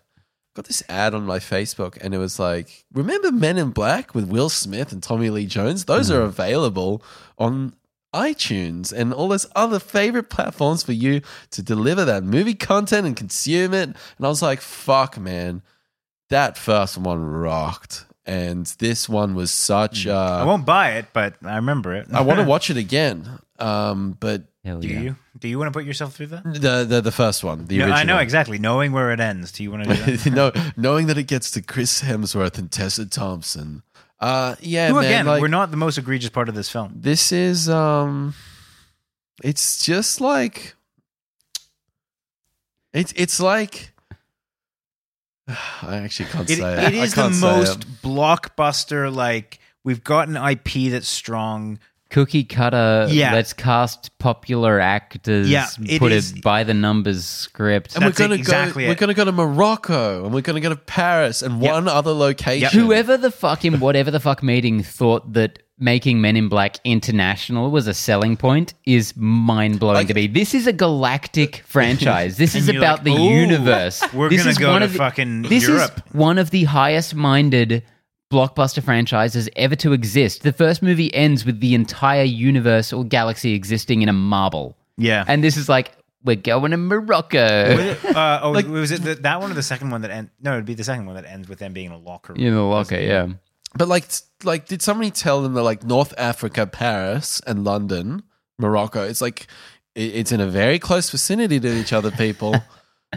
Speaker 1: Got this ad on my Facebook, and it was like, "Remember Men in Black with Will Smith and Tommy Lee Jones? Those are available on." iTunes and all those other favorite platforms for you to deliver that movie content and consume it. And I was like, fuck, man that first one rocked, and this one was such.
Speaker 3: I
Speaker 1: Uh,
Speaker 3: won't buy it, but I remember it.
Speaker 1: I want to watch it again, um, but
Speaker 2: Hell
Speaker 3: do
Speaker 2: yeah.
Speaker 3: you? Do you want to put yourself through that?
Speaker 1: the the, the first one, the
Speaker 3: No,
Speaker 1: original.
Speaker 3: I know exactly. Knowing where it ends. Do you want to do that?
Speaker 1: no, knowing that it gets to Chris Hemsworth and Tessa Thompson. Uh, yeah,
Speaker 3: Who
Speaker 1: man,
Speaker 3: again?
Speaker 1: like,
Speaker 3: we're not the most egregious part of this film.
Speaker 1: This is um, it's just like it's it's like. I actually can't
Speaker 3: It,
Speaker 1: say
Speaker 3: it
Speaker 1: it. I
Speaker 3: is the
Speaker 1: can't say it.
Speaker 3: most blockbuster. Like we've got an IP that's strong.
Speaker 2: Cookie cutter.
Speaker 3: Yeah.
Speaker 2: Let's cast popular actors.
Speaker 3: Yeah, it
Speaker 2: put
Speaker 3: is-
Speaker 2: it by the numbers script.
Speaker 1: And
Speaker 3: That's
Speaker 1: we're gonna
Speaker 3: exactly
Speaker 1: go. We're
Speaker 3: it.
Speaker 1: gonna go to Morocco, and we're gonna go to Paris, and
Speaker 3: Yep.
Speaker 1: one other location.
Speaker 2: Whoever the fuck in whatever the fuck meeting thought that making Men in Black international was a selling point is mind blowing
Speaker 1: Like-
Speaker 2: to me. This is a galactic franchise. This is
Speaker 3: And you're
Speaker 2: about
Speaker 3: like,
Speaker 2: the
Speaker 3: "Ooh,
Speaker 2: universe.
Speaker 3: we're
Speaker 2: this
Speaker 3: gonna
Speaker 2: is
Speaker 3: go
Speaker 2: one
Speaker 3: to
Speaker 2: of the-
Speaker 3: fucking
Speaker 2: this
Speaker 3: Europe.
Speaker 2: is one of the highest minded blockbuster franchises ever to exist. The first movie ends with the entire universe or galaxy existing in a marble,
Speaker 3: Yeah.
Speaker 2: and this is like we're going to
Speaker 3: Was
Speaker 2: Morocco.
Speaker 3: it, uh, oh, was it the, that one or the second one that end? No, it'd be the second one that ends with them being in a locker room.
Speaker 2: You know, okay, yeah.
Speaker 1: But like, like, did somebody tell them that like North Africa, Paris, and London Morocco. It's like it, it's in a very close vicinity to each other, people.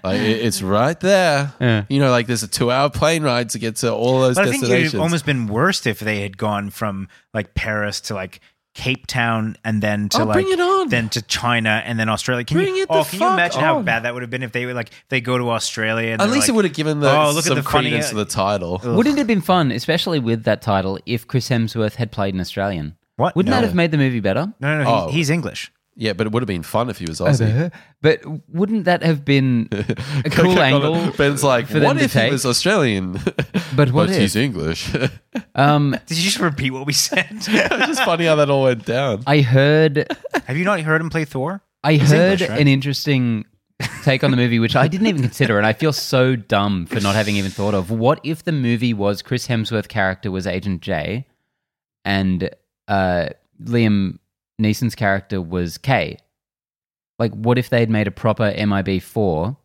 Speaker 1: like it, it's right there.
Speaker 2: Yeah.
Speaker 1: You know, like there's a two-hour plane ride to get to all those
Speaker 3: But I think it would
Speaker 1: destinations.
Speaker 3: have almost been worse if they had gone from like Paris to like Cape Town and then to
Speaker 1: Oh,
Speaker 3: like
Speaker 1: bring it on.
Speaker 3: then to China and then Australia. Can
Speaker 1: Bring
Speaker 3: you,
Speaker 1: it the
Speaker 3: oh, can you
Speaker 1: fuck
Speaker 3: imagine how
Speaker 1: on.
Speaker 3: bad that would have been if they were like if they go to Australia? And
Speaker 1: At
Speaker 3: they're
Speaker 1: least
Speaker 3: like,
Speaker 1: it would have given the,
Speaker 3: oh, look at
Speaker 1: some
Speaker 3: the funny-
Speaker 1: credence to the title.
Speaker 2: Wouldn't it have been fun, especially with that title, if Chris Hemsworth had played an Australian?
Speaker 3: What?
Speaker 2: Wouldn't
Speaker 3: No.
Speaker 2: that have made the movie better?
Speaker 3: No, no, no. He's,
Speaker 1: Oh.
Speaker 3: he's English.
Speaker 1: Yeah, but it would have been fun if he was Aussie.
Speaker 3: Uh-huh.
Speaker 2: But wouldn't that have been a cool angle?
Speaker 1: Ben's like,
Speaker 2: for them
Speaker 1: what
Speaker 2: to
Speaker 1: if he
Speaker 2: take?
Speaker 1: was Australian?
Speaker 2: But what
Speaker 1: he's
Speaker 2: if?
Speaker 1: English? it's
Speaker 2: Um,
Speaker 3: Did you just repeat what we said?
Speaker 1: just funny how that all went down.
Speaker 2: I heard
Speaker 3: have you not heard him play Thor?
Speaker 2: I heard
Speaker 3: English, right?
Speaker 2: an interesting take on the movie, which I didn't even consider, and I feel so dumb for not having even thought of. What if the movie was Chris Hemsworth character was Agent J, and uh, Liam Neeson's character was K? Like, what if they had made a proper MIB four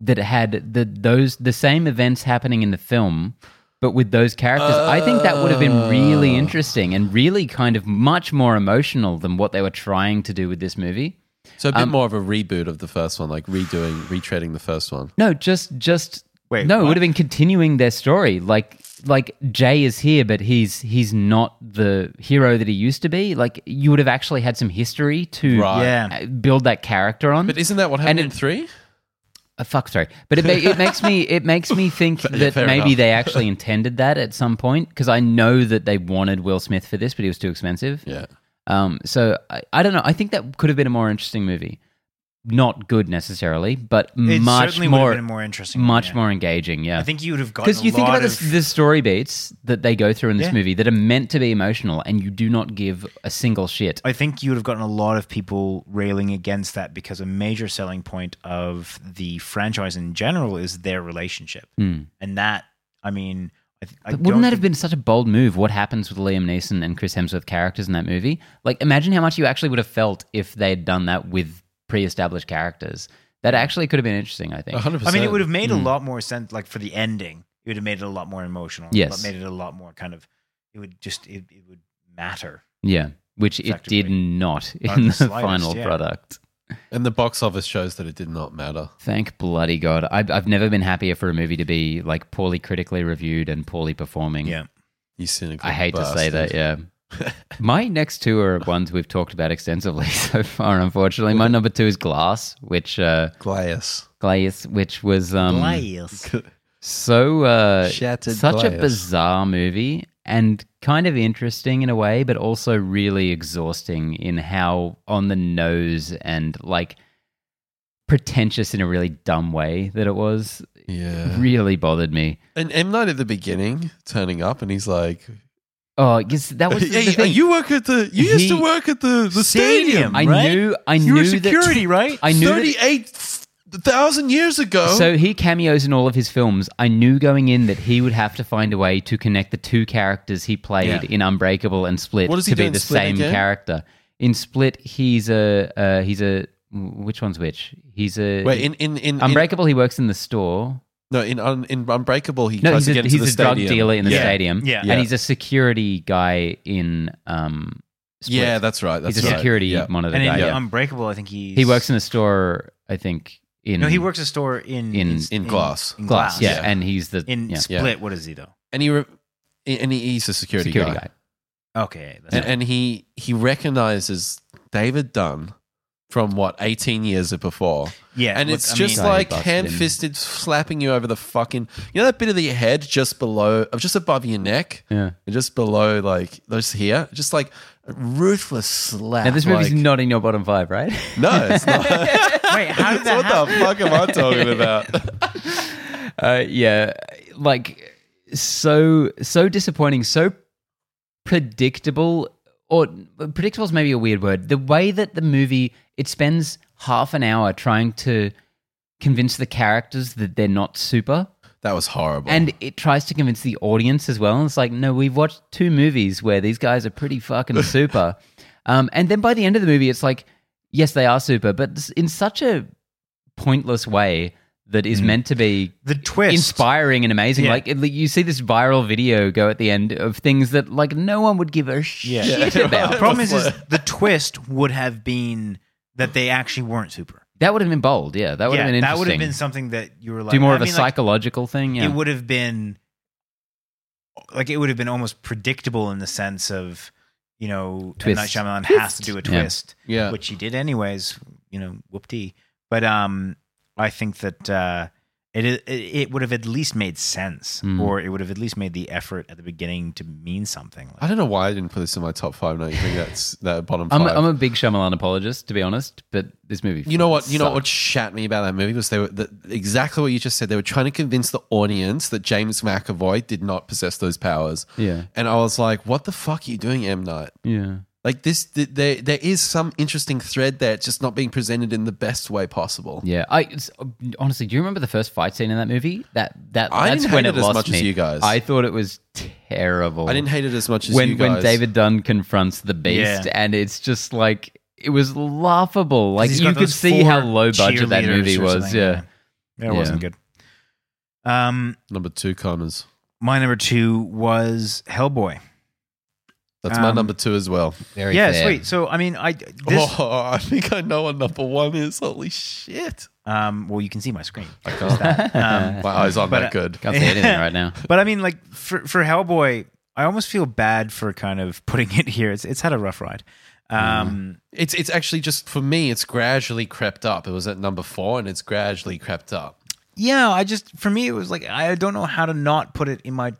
Speaker 2: that had the those the same events happening in the film? But with those characters, I think that would have been really
Speaker 1: Oh.
Speaker 2: interesting and really kind of much more emotional than what they were trying to do with this movie.
Speaker 1: So a bit more of a reboot of the first one, like redoing, retreading the first one.
Speaker 2: No, just just
Speaker 3: Wait,
Speaker 2: No, it
Speaker 3: what?
Speaker 2: would have been continuing their story. Like like Jay is here, but he's he's not the hero that he used to be. Like you would have actually had some history to
Speaker 1: Right.
Speaker 3: Yeah.
Speaker 2: uh, build that character on.
Speaker 1: But isn't that what happened
Speaker 2: And
Speaker 1: in
Speaker 2: it-
Speaker 1: three?
Speaker 2: Uh, fuck, sorry, but it, ma- it makes me it makes me think
Speaker 1: yeah,
Speaker 2: that
Speaker 1: fair
Speaker 2: maybe
Speaker 1: enough.
Speaker 2: they actually intended that at some point because I know that they wanted Will Smith for this, but he was too expensive.
Speaker 1: Yeah.
Speaker 2: Um, so I, I don't know. I think that could have been a more interesting movie. Not good necessarily, but
Speaker 3: It
Speaker 2: much
Speaker 3: certainly would have
Speaker 2: more,
Speaker 3: been a more interesting. one,
Speaker 2: much
Speaker 3: yeah.
Speaker 2: more engaging. Yeah,
Speaker 3: I think you would have gotten
Speaker 2: because you
Speaker 3: a
Speaker 2: think
Speaker 3: lot
Speaker 2: about this,
Speaker 3: of-
Speaker 2: the story beats that they go through in this
Speaker 3: Yeah.
Speaker 2: movie that are meant to be emotional, and you do not give a single shit.
Speaker 3: I think you would have gotten a lot of people railing against that because a major selling point of the franchise in general is their relationship, and that I mean, I, th- I
Speaker 2: Hmm. But
Speaker 3: don't
Speaker 2: wouldn't that have
Speaker 3: think-
Speaker 2: been such a bold move? What happens with Liam Neeson and Chris Hemsworth characters in that movie? Like, imagine how much you actually would have felt if they had done that with pre-established characters. That actually could have been interesting. I think.
Speaker 1: 100%.
Speaker 3: I mean, it would have made
Speaker 2: Hmm.
Speaker 3: a lot more sense. Like for the ending, it would have made it a lot more emotional.
Speaker 2: Yes.
Speaker 3: but made it a lot more kind of. It would just it, it would matter.
Speaker 2: Yeah, which it did
Speaker 3: Effectively.
Speaker 2: not
Speaker 3: Not the
Speaker 2: in the
Speaker 3: slightest,
Speaker 2: final
Speaker 3: yeah.
Speaker 2: product.
Speaker 1: And the box office shows that it did not matter.
Speaker 2: Thank bloody god! I've, I've never been happier for a movie to be like poorly critically reviewed and poorly performing.
Speaker 3: Yeah,
Speaker 1: You cynical.
Speaker 2: I hate to say
Speaker 1: bastard.
Speaker 2: that, yeah. My next two are ones we've talked about extensively so far, unfortunately. My number two is Glass, which uh
Speaker 1: Glass.
Speaker 2: Glass, which was um
Speaker 3: Lies.
Speaker 2: so uh
Speaker 1: Shattered
Speaker 2: such a
Speaker 1: Glass.
Speaker 2: bizarre movie and kind of interesting in a way, but also really exhausting in how on the nose and like pretentious in a really dumb way that it was.
Speaker 3: Uh-huh.
Speaker 1: Yeah.
Speaker 2: Really bothered me.
Speaker 1: And M Night at the beginning, turning up, and he's like,
Speaker 2: Oh, yes, that was the, the
Speaker 1: "Hey,
Speaker 2: thing.
Speaker 1: you work at the, you used
Speaker 2: He-
Speaker 1: to work at the, the
Speaker 3: Stadium.
Speaker 1: stadium.
Speaker 2: I
Speaker 3: right?
Speaker 2: knew I
Speaker 3: You were
Speaker 2: knew that
Speaker 3: security, right?
Speaker 2: I knew that-
Speaker 1: 38,000 years ago.
Speaker 2: So he cameos in all of his films. I knew going in that he would have to find a way to connect the two characters he played
Speaker 3: Yeah.
Speaker 2: in Unbreakable and Split
Speaker 1: What does he
Speaker 2: to
Speaker 1: do
Speaker 2: be
Speaker 1: in
Speaker 2: the
Speaker 1: Split
Speaker 2: same
Speaker 1: again?
Speaker 2: character. In Split, he's a uh, he's a which one's which? He's a
Speaker 1: Wait, in, in, in, in
Speaker 2: Unbreakable. he works in the store.
Speaker 1: No, in, un, in Unbreakable, he
Speaker 2: No,
Speaker 1: tries
Speaker 2: he's
Speaker 1: to
Speaker 2: a,
Speaker 1: get into
Speaker 2: he's
Speaker 1: the
Speaker 2: a drug
Speaker 1: stadium.
Speaker 2: dealer in the
Speaker 3: Yeah.
Speaker 2: stadium.
Speaker 3: Yeah.
Speaker 1: Yeah.
Speaker 2: and he's a security guy in um. Split.
Speaker 1: Yeah, that's right. That's
Speaker 2: he's a
Speaker 1: right.
Speaker 2: security
Speaker 1: Yeah.
Speaker 2: monitor
Speaker 3: and in
Speaker 2: guy. yeah.
Speaker 3: Unbreakable, I think he
Speaker 2: He works in a store. I think in
Speaker 3: no, he works a store in
Speaker 2: in-
Speaker 1: in Glass.
Speaker 3: in
Speaker 2: glass.
Speaker 3: glass.
Speaker 2: Yeah,
Speaker 1: Yeah.
Speaker 2: and he's the
Speaker 3: in
Speaker 2: yeah,
Speaker 3: Split. What is he though?
Speaker 1: And he re- and he, he's a security,
Speaker 2: security
Speaker 1: guy.
Speaker 2: guy.
Speaker 3: Okay, that's
Speaker 1: And, and he he recognizes David Dunn from what 18 years before.
Speaker 3: yeah,
Speaker 1: And
Speaker 3: look,
Speaker 1: it's
Speaker 3: I
Speaker 1: just
Speaker 3: mean-
Speaker 1: like
Speaker 2: Busted.
Speaker 1: hand fisted slapping you over the fucking you know that bit of the head just below just above your neck
Speaker 2: Yeah.
Speaker 1: and just below like those here just like a ruthless slap.
Speaker 2: Now this movie's
Speaker 1: like-
Speaker 2: not in your bottom five, right?
Speaker 1: No, it's not.
Speaker 3: wait, how did that
Speaker 1: what
Speaker 3: happen?
Speaker 1: the fuck am I talking about?
Speaker 2: uh, yeah, like so so disappointing, so predictable. Or predictable is maybe a weird word. The way that the movie it spends half an hour trying to convince the characters that they're not super,
Speaker 1: that was horrible.
Speaker 2: and it tries to convince the audience as well. And it's like, no, we've watched two movies where these guys are pretty fucking super. um, and then by the end of the movie, it's like, yes, they are super, but s- in such a pointless way that is meant to be
Speaker 3: The twist.
Speaker 2: inspiring and amazing.
Speaker 3: Mm. Yeah.
Speaker 2: Like it- you see this viral video go at the end of things that like no one would give a shit
Speaker 3: the
Speaker 2: about.
Speaker 3: problem is, is the twist would have been that they actually weren't super.
Speaker 2: that would have been bold. Yeah, that would
Speaker 3: yeah,
Speaker 2: have been
Speaker 3: that
Speaker 2: interesting.
Speaker 3: would have been something that you were like
Speaker 2: Do more
Speaker 3: I
Speaker 2: of a
Speaker 3: mean, like,
Speaker 2: psychological thing. Yeah,
Speaker 3: It would have been like it would have been almost predictable in the sense of you know, M. Night
Speaker 2: Twist.
Speaker 3: Shyamalan has to do a
Speaker 2: Twist. Yeah. Uh.
Speaker 3: twist,
Speaker 1: Yeah.
Speaker 3: which he did anyways. You know, whoop-dee. But um, I think that uh, it, it it would have at least made sense,
Speaker 2: Mm.
Speaker 3: or it would have at least made the effort at the beginning to mean something. Like,
Speaker 1: I don't know why I didn't put this in my top five. Now you think that's that bottom 5
Speaker 2: I'm, a, I'm a big Shyamalan apologist, to be honest. But this movie,
Speaker 1: you know what? You know
Speaker 2: sucked.
Speaker 1: what shat me about that movie was they were the, exactly what you just said. They were trying to convince the audience that James McAvoy did not possess those powers.
Speaker 2: Yeah,
Speaker 1: And I was like, "What the fuck are you doing, M Night?
Speaker 2: yeah.
Speaker 1: Like this, th- there there is some interesting thread there. It's just not being presented in the best way possible."
Speaker 2: Yeah, I it's, honestly, do you remember the first fight scene in that movie? That that
Speaker 1: I
Speaker 2: that's
Speaker 1: didn't
Speaker 2: when
Speaker 1: hate
Speaker 2: it
Speaker 1: it as
Speaker 2: lost
Speaker 1: much as
Speaker 2: me.
Speaker 1: you guys.
Speaker 2: I thought it was terrible.
Speaker 1: I didn't hate it as much as
Speaker 2: when
Speaker 1: you guys.
Speaker 2: when David Dunn confronts the beast,
Speaker 3: Yeah.
Speaker 2: and it's just like it was laughable. Like
Speaker 3: He's got
Speaker 2: you could
Speaker 3: those
Speaker 2: see how
Speaker 3: four
Speaker 2: low budget that
Speaker 3: cheerleaders
Speaker 2: movie
Speaker 3: or
Speaker 2: was.
Speaker 3: something,
Speaker 2: Yeah.
Speaker 3: yeah, it wasn't good. Um,
Speaker 1: number two, Connors.
Speaker 3: my number two was Hellboy.
Speaker 1: That's my
Speaker 3: Um,
Speaker 1: number two as well.
Speaker 2: very
Speaker 3: Yeah,
Speaker 2: fair.
Speaker 3: sweet. So I mean, I this,
Speaker 1: oh, I think I know what number one is. Holy shit!
Speaker 3: um, well, you can see my screen.
Speaker 1: I can't.
Speaker 3: Um,
Speaker 1: my eyes aren't
Speaker 3: But,
Speaker 1: that
Speaker 3: uh,
Speaker 1: good.
Speaker 2: Can't say anything right now.
Speaker 3: but I mean, like for for Hellboy, I almost feel bad for kind of putting it here. It's it's had a rough ride.
Speaker 2: Mm.
Speaker 3: Um,
Speaker 1: It's it's actually just for me. It's gradually crept up. It was at number four, and it's gradually crept up.
Speaker 3: Yeah, I just for me it was like I don't know how to not put it in my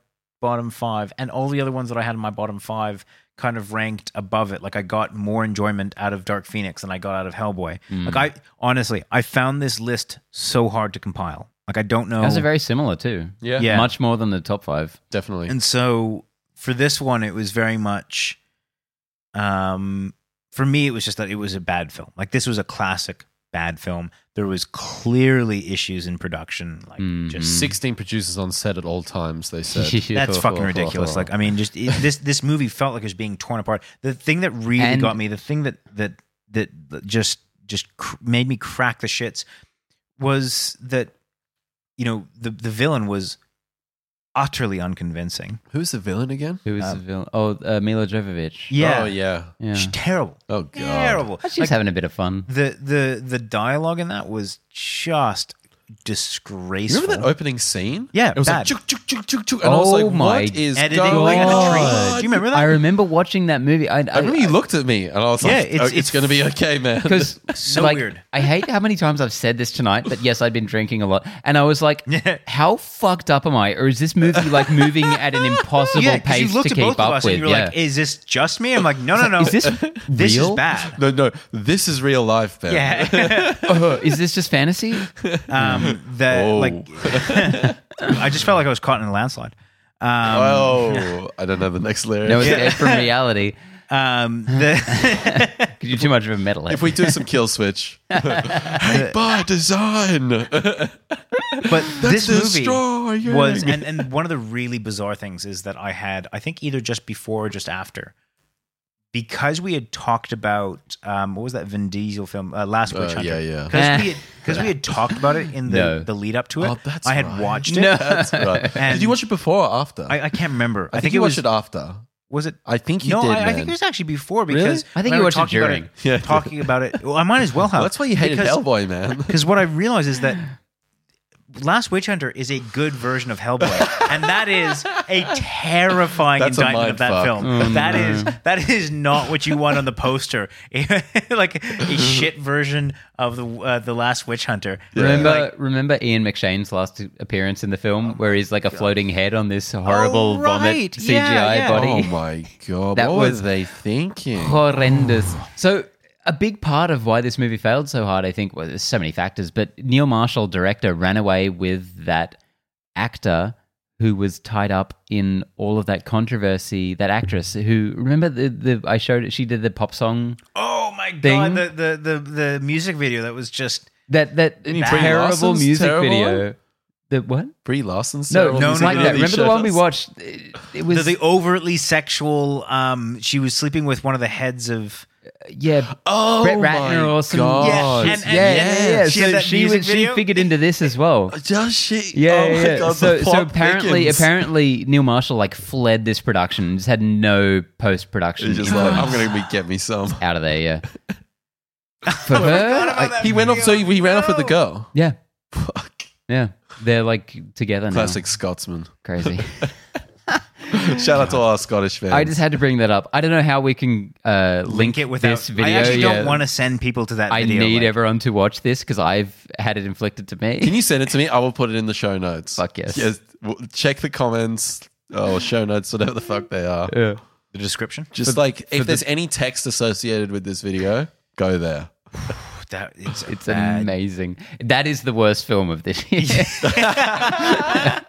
Speaker 3: bottom five, and all the other ones that I had in my bottom five kind of ranked above it. Like I got more enjoyment out of Dark Phoenix than I got out of Hellboy. Like I honestly, I found this list so hard to compile. Like I don't know.
Speaker 2: Those are very similar too.
Speaker 1: Yeah,
Speaker 3: Oh. Yeah.
Speaker 2: much more than the top five.
Speaker 1: definitely.
Speaker 3: And so for this one, it was very much, um, for me, it was just that it was a bad film. Like this was a classic bad film. There was clearly issues in production, like just
Speaker 1: Sixteen producers on set at all times. They said
Speaker 3: that's fucking ridiculous. Like I mean, just it, this this movie felt like it was being torn apart. The thing that really
Speaker 2: And-
Speaker 3: got me, the thing that that that, that just just cr- made me crack the shits, was that you know the the villain was utterly unconvincing.
Speaker 2: Oh,
Speaker 1: who's the villain again?
Speaker 2: Who is
Speaker 3: Um,
Speaker 2: the villain? Oh, uh, Mila Jovovich.
Speaker 1: Oh yeah.
Speaker 2: yeah.
Speaker 3: She's terrible.
Speaker 1: Oh god.
Speaker 3: Terrible.
Speaker 2: She's
Speaker 3: Like,
Speaker 2: having a bit of fun.
Speaker 3: the the the dialogue in that was just
Speaker 1: You
Speaker 3: disgraceful.
Speaker 1: remember that opening scene?
Speaker 3: Yeah,
Speaker 1: it was
Speaker 3: bad.
Speaker 1: like chuk chuk chuk chuk chuk, and I was
Speaker 2: Oh
Speaker 1: like,
Speaker 2: my
Speaker 1: "What is
Speaker 3: Editing
Speaker 1: going
Speaker 3: like a
Speaker 1: on?"
Speaker 3: tree. Do you remember that?
Speaker 2: I remember watching that movie. I, I,
Speaker 1: I remember you looked at me, and I was like,
Speaker 3: Yeah,
Speaker 1: "Yeah,
Speaker 3: it's-
Speaker 1: it's, oh, it's,
Speaker 3: it's-
Speaker 1: going to be okay, man."
Speaker 2: because
Speaker 3: So
Speaker 2: like,
Speaker 3: weird.
Speaker 2: I hate how many times I've said this tonight, but yes, I've been drinking a lot, and I was like,
Speaker 3: Yeah.
Speaker 2: "How fucked up am I?" Or is this movie like moving at an impossible
Speaker 3: yeah, 'cause
Speaker 2: pace
Speaker 3: you looked at
Speaker 2: to
Speaker 3: both
Speaker 2: keep
Speaker 3: of
Speaker 2: up
Speaker 3: us
Speaker 2: with?
Speaker 3: and you were
Speaker 2: yeah.
Speaker 3: like, "Is this just me?" I'm like, "No, no, no.
Speaker 2: is this
Speaker 3: this is
Speaker 2: real?
Speaker 3: bad."
Speaker 1: no, no, this is real life, man.
Speaker 3: Yeah.
Speaker 2: Uh, is this just fantasy?
Speaker 3: um, the
Speaker 1: Oh.
Speaker 3: like, I just felt like I was caught in a landslide. Um,
Speaker 1: Oh, I don't know the next lyric.
Speaker 2: No, it's dead from reality.
Speaker 3: um, the
Speaker 2: 'Cause You're too much of a metalhead.
Speaker 1: if we do some kill switch, hate by design.
Speaker 3: but this movie
Speaker 1: destroying.
Speaker 3: was and, and one of the really bizarre things is that I had I think either just before or just after because we had talked about um, what was that Vin Diesel film uh, Last Witch
Speaker 1: Uh,
Speaker 3: Hunter
Speaker 1: yeah, yeah.
Speaker 2: Eh.
Speaker 3: because we had, because we had talked about it in the,
Speaker 2: No.
Speaker 3: the lead up to it
Speaker 1: Oh, that's
Speaker 3: I had
Speaker 1: right.
Speaker 3: watched it
Speaker 2: No.
Speaker 1: That's right.
Speaker 3: And-
Speaker 1: Did you watch it before or after?
Speaker 3: I, I can't remember I,
Speaker 1: I
Speaker 3: think,
Speaker 1: you
Speaker 3: it
Speaker 1: watched
Speaker 3: was
Speaker 1: it after.
Speaker 3: was it
Speaker 1: I think you
Speaker 3: no
Speaker 1: did.
Speaker 3: I, I
Speaker 1: man.
Speaker 3: think it was actually before
Speaker 1: Really?
Speaker 3: because
Speaker 2: I think
Speaker 3: when
Speaker 2: you
Speaker 3: were
Speaker 2: watched
Speaker 3: talking
Speaker 2: it
Speaker 3: about
Speaker 2: during.
Speaker 1: Yeah.
Speaker 3: talking about it well, I might as well have
Speaker 1: Well, that's why you hated
Speaker 3: because,
Speaker 1: Hellboy, man.
Speaker 3: Because what I realize is that Last Witch Hunter is a good version of Hellboy, and that is a terrifying
Speaker 1: That's a
Speaker 3: indictment of that
Speaker 1: mindfuck.
Speaker 2: Mm.
Speaker 3: film. That is that is not what you want on the poster, like a shit version of the uh, the Last Witch Hunter.
Speaker 2: Remember,
Speaker 3: Like,
Speaker 2: remember Ian McShane's last appearance in the film, where he's like a floating head on this
Speaker 3: Oh,
Speaker 2: horrible
Speaker 3: right.
Speaker 2: vomit CGI
Speaker 3: Yeah, yeah.
Speaker 2: body.
Speaker 1: oh my god,
Speaker 2: That
Speaker 1: what
Speaker 2: was-
Speaker 1: were they thinking?
Speaker 2: horrendous. so a big part of why this movie failed so hard, I think, well, there's so many factors, but Neil Marshall, director, ran away with that actor who was tied up in all of that controversy. That actress who remember the, the I showed she did the pop song
Speaker 3: oh my
Speaker 2: Thing.
Speaker 3: god, the, the the the music video that was just
Speaker 2: that that
Speaker 1: mean Brie
Speaker 2: terrible
Speaker 1: Larson's
Speaker 2: music
Speaker 1: terrible
Speaker 2: video. The what?
Speaker 1: Brie Larson's
Speaker 2: No,
Speaker 1: terrible
Speaker 3: no,
Speaker 2: no,
Speaker 1: music
Speaker 2: like
Speaker 1: video that
Speaker 2: that.
Speaker 1: you
Speaker 2: Remember the
Speaker 1: showed
Speaker 2: one we
Speaker 1: us?
Speaker 2: watched? It, it was
Speaker 3: the, the overtly sexual. Um, she was sleeping with one of the heads of
Speaker 2: yeah,
Speaker 1: Oh,
Speaker 2: Brett Ratner
Speaker 1: my
Speaker 2: or some
Speaker 1: God.
Speaker 3: Yeah,
Speaker 2: yeah,
Speaker 3: and- and-
Speaker 2: yeah,
Speaker 3: yeah,
Speaker 2: yeah,
Speaker 3: yeah.
Speaker 2: yeah.
Speaker 3: She had
Speaker 2: So
Speaker 3: that
Speaker 2: she
Speaker 3: music
Speaker 2: was, she
Speaker 3: video?
Speaker 2: figured into this as well.
Speaker 1: Does she?
Speaker 2: Yeah,
Speaker 1: oh
Speaker 2: yeah,
Speaker 1: my
Speaker 2: yeah.
Speaker 1: God,
Speaker 2: so,
Speaker 1: the
Speaker 2: so
Speaker 1: plot
Speaker 2: apparently,
Speaker 1: thickens.
Speaker 2: apparently, Neil Marshall like fled this production, just had no post production
Speaker 1: He's just like, "Oh." I'm gonna be, get me some.
Speaker 2: out of there. Yeah, for
Speaker 3: forgot
Speaker 2: her,
Speaker 3: about
Speaker 2: I-
Speaker 3: Oh, that.
Speaker 1: He went off. So he, he ran off with the
Speaker 3: No.
Speaker 1: girl.
Speaker 2: yeah,
Speaker 1: Fuck.
Speaker 2: yeah, they're like together now.
Speaker 1: Classic Scotsman.
Speaker 2: crazy.
Speaker 1: Shout out to all our Scottish fans.
Speaker 2: I just had to bring that up. I don't know how we can uh, link,
Speaker 3: Link it without.
Speaker 2: this video.
Speaker 3: I actually
Speaker 2: yeah.
Speaker 3: don't want to send people to that
Speaker 2: I
Speaker 3: video.
Speaker 2: need
Speaker 3: like-
Speaker 2: everyone to watch this because I've had it inflicted to me.
Speaker 1: Can you send it to me? I will put it in the show notes.
Speaker 2: Fuck yes.
Speaker 1: Yes. w- Check the comments or show notes, whatever the fuck they are.
Speaker 2: yeah.
Speaker 3: the description.
Speaker 1: Just like if there's any text associated with this video, go there.
Speaker 3: That, it's
Speaker 2: It's
Speaker 3: bad.
Speaker 2: amazing. That is the worst film of this year.
Speaker 1: uh,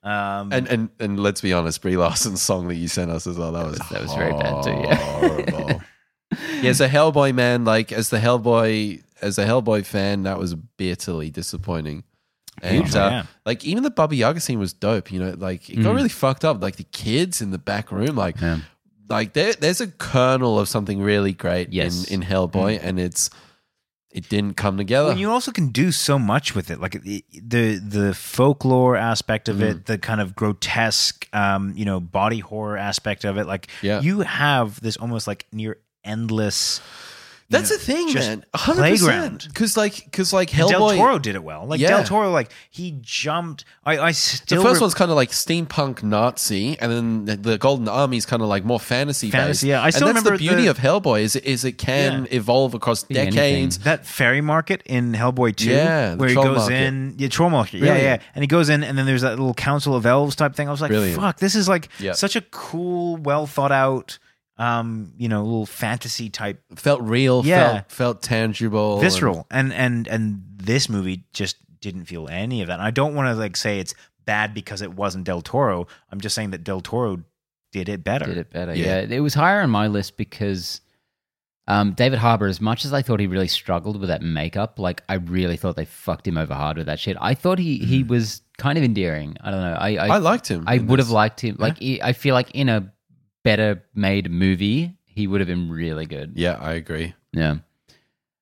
Speaker 3: Um,
Speaker 1: And and and let's be honest, Brie Larson's song that you sent us as well. That was
Speaker 2: that was very bad too, yeah.
Speaker 1: Horrible. yeah, as a Hellboy man, like as the Hellboy as a Hellboy fan, that was bitterly disappointing. And
Speaker 3: Hugely,
Speaker 1: uh,
Speaker 3: yeah. Mm.
Speaker 1: like even the Bubby Yaga scene was dope. You know, like it got really fucked up. Like the kids in the back room, like
Speaker 2: Yeah.
Speaker 1: like there, there's a kernel of something really great
Speaker 2: Yes. Mm.
Speaker 1: in in Hellboy, and it's it didn't come together.
Speaker 3: Well, you also can do so much with it, like the the, the folklore aspect of
Speaker 1: Mm.
Speaker 3: it, the kind of grotesque, um, you know, body horror aspect of it. Like
Speaker 1: Yeah.
Speaker 3: you have this almost like near endless. you
Speaker 1: That's
Speaker 3: know,
Speaker 1: the thing,
Speaker 3: just
Speaker 1: man. 100%.
Speaker 3: playground.
Speaker 1: Because like because like
Speaker 3: and
Speaker 1: Hellboy.
Speaker 3: Del Toro did it well. Like
Speaker 1: Yeah.
Speaker 3: Del Toro, like he jumped. I, I still
Speaker 1: the first
Speaker 3: re-
Speaker 1: one's kind of like steampunk Nazi, and then the, the Golden Army's kind of like more fantasy.
Speaker 3: Fantasy,
Speaker 1: based.
Speaker 3: yeah. I still
Speaker 1: and that's
Speaker 3: remember
Speaker 1: the beauty
Speaker 3: the-
Speaker 1: of Hellboy is is it can evolve across
Speaker 2: Be anything.
Speaker 1: decades.
Speaker 3: that fairy market in Hellboy Two,
Speaker 1: Yeah, the
Speaker 3: where he
Speaker 1: troll
Speaker 3: goes
Speaker 1: market.
Speaker 3: in, yeah, troll market, yeah,
Speaker 1: Brilliant.
Speaker 3: yeah, and he goes in, and then there's that little council of elves type thing. I was like,
Speaker 1: Brilliant.
Speaker 3: fuck, this is like
Speaker 1: Yeah.
Speaker 3: such a cool, well thought out, um, you know, little fantasy type
Speaker 1: Felt real.
Speaker 3: Yeah.
Speaker 1: Felt, felt tangible. and-
Speaker 3: visceral and and and this movie just didn't feel any of that. And I don't want to like say it's bad because it wasn't Del Toro. I'm just saying that Del Toro did it better.
Speaker 2: Did it better.
Speaker 1: Yeah.
Speaker 2: Yeah. It was higher on my list because um, David Harbour, as much as I thought he really struggled with that makeup, like I really thought they fucked him over hard with that shit. I thought he, he was kind of endearing. I don't know. I, I,
Speaker 1: I liked him.
Speaker 2: I
Speaker 1: in
Speaker 2: would have
Speaker 1: this.
Speaker 2: liked him. Like he- I feel like in a better made movie, he would have been really good.
Speaker 1: Yeah, I agree.
Speaker 2: Yeah.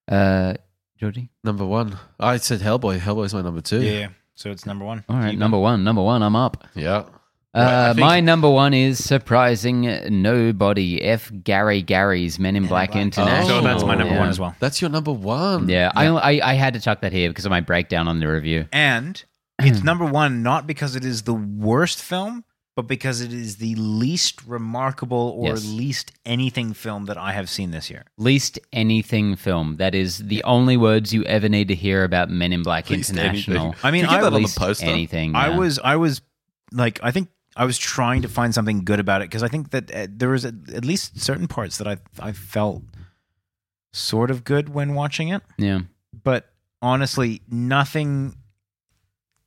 Speaker 2: Uh, Georgie.
Speaker 1: Number one, I said Hellboy. Hellboy's my number two.
Speaker 3: Yeah, yeah. So it's number one.
Speaker 2: All right, number one, number one. I'm up.
Speaker 1: Yeah. Right, I
Speaker 2: Uh,
Speaker 1: think-
Speaker 2: my number one is surprising nobody. F. Gary Gary's Men in Black, International.
Speaker 1: Oh,
Speaker 3: So that's my number
Speaker 2: yeah.
Speaker 3: one as well.
Speaker 1: That's your number one.
Speaker 2: Yeah, I, I I had to chuck that here because of my breakdown on the review.
Speaker 3: And
Speaker 2: Hmm.
Speaker 3: it's number one not because it is the worst film, but because it is the least remarkable or
Speaker 2: Yes.
Speaker 3: least anything film that I have seen this year.
Speaker 2: Least anything film. That is the only words you ever need to hear about Men in Black
Speaker 1: Least
Speaker 2: International.
Speaker 1: anything.
Speaker 3: I mean,
Speaker 1: Could you
Speaker 3: I
Speaker 1: get that on the
Speaker 2: Least
Speaker 1: poster.
Speaker 2: anything.
Speaker 3: I
Speaker 2: yeah.
Speaker 3: was I was like I think I was trying to find something good about it because I think that uh, there was at at least certain parts that I I felt sort of good when watching it,
Speaker 2: Yeah.
Speaker 3: but honestly, nothing.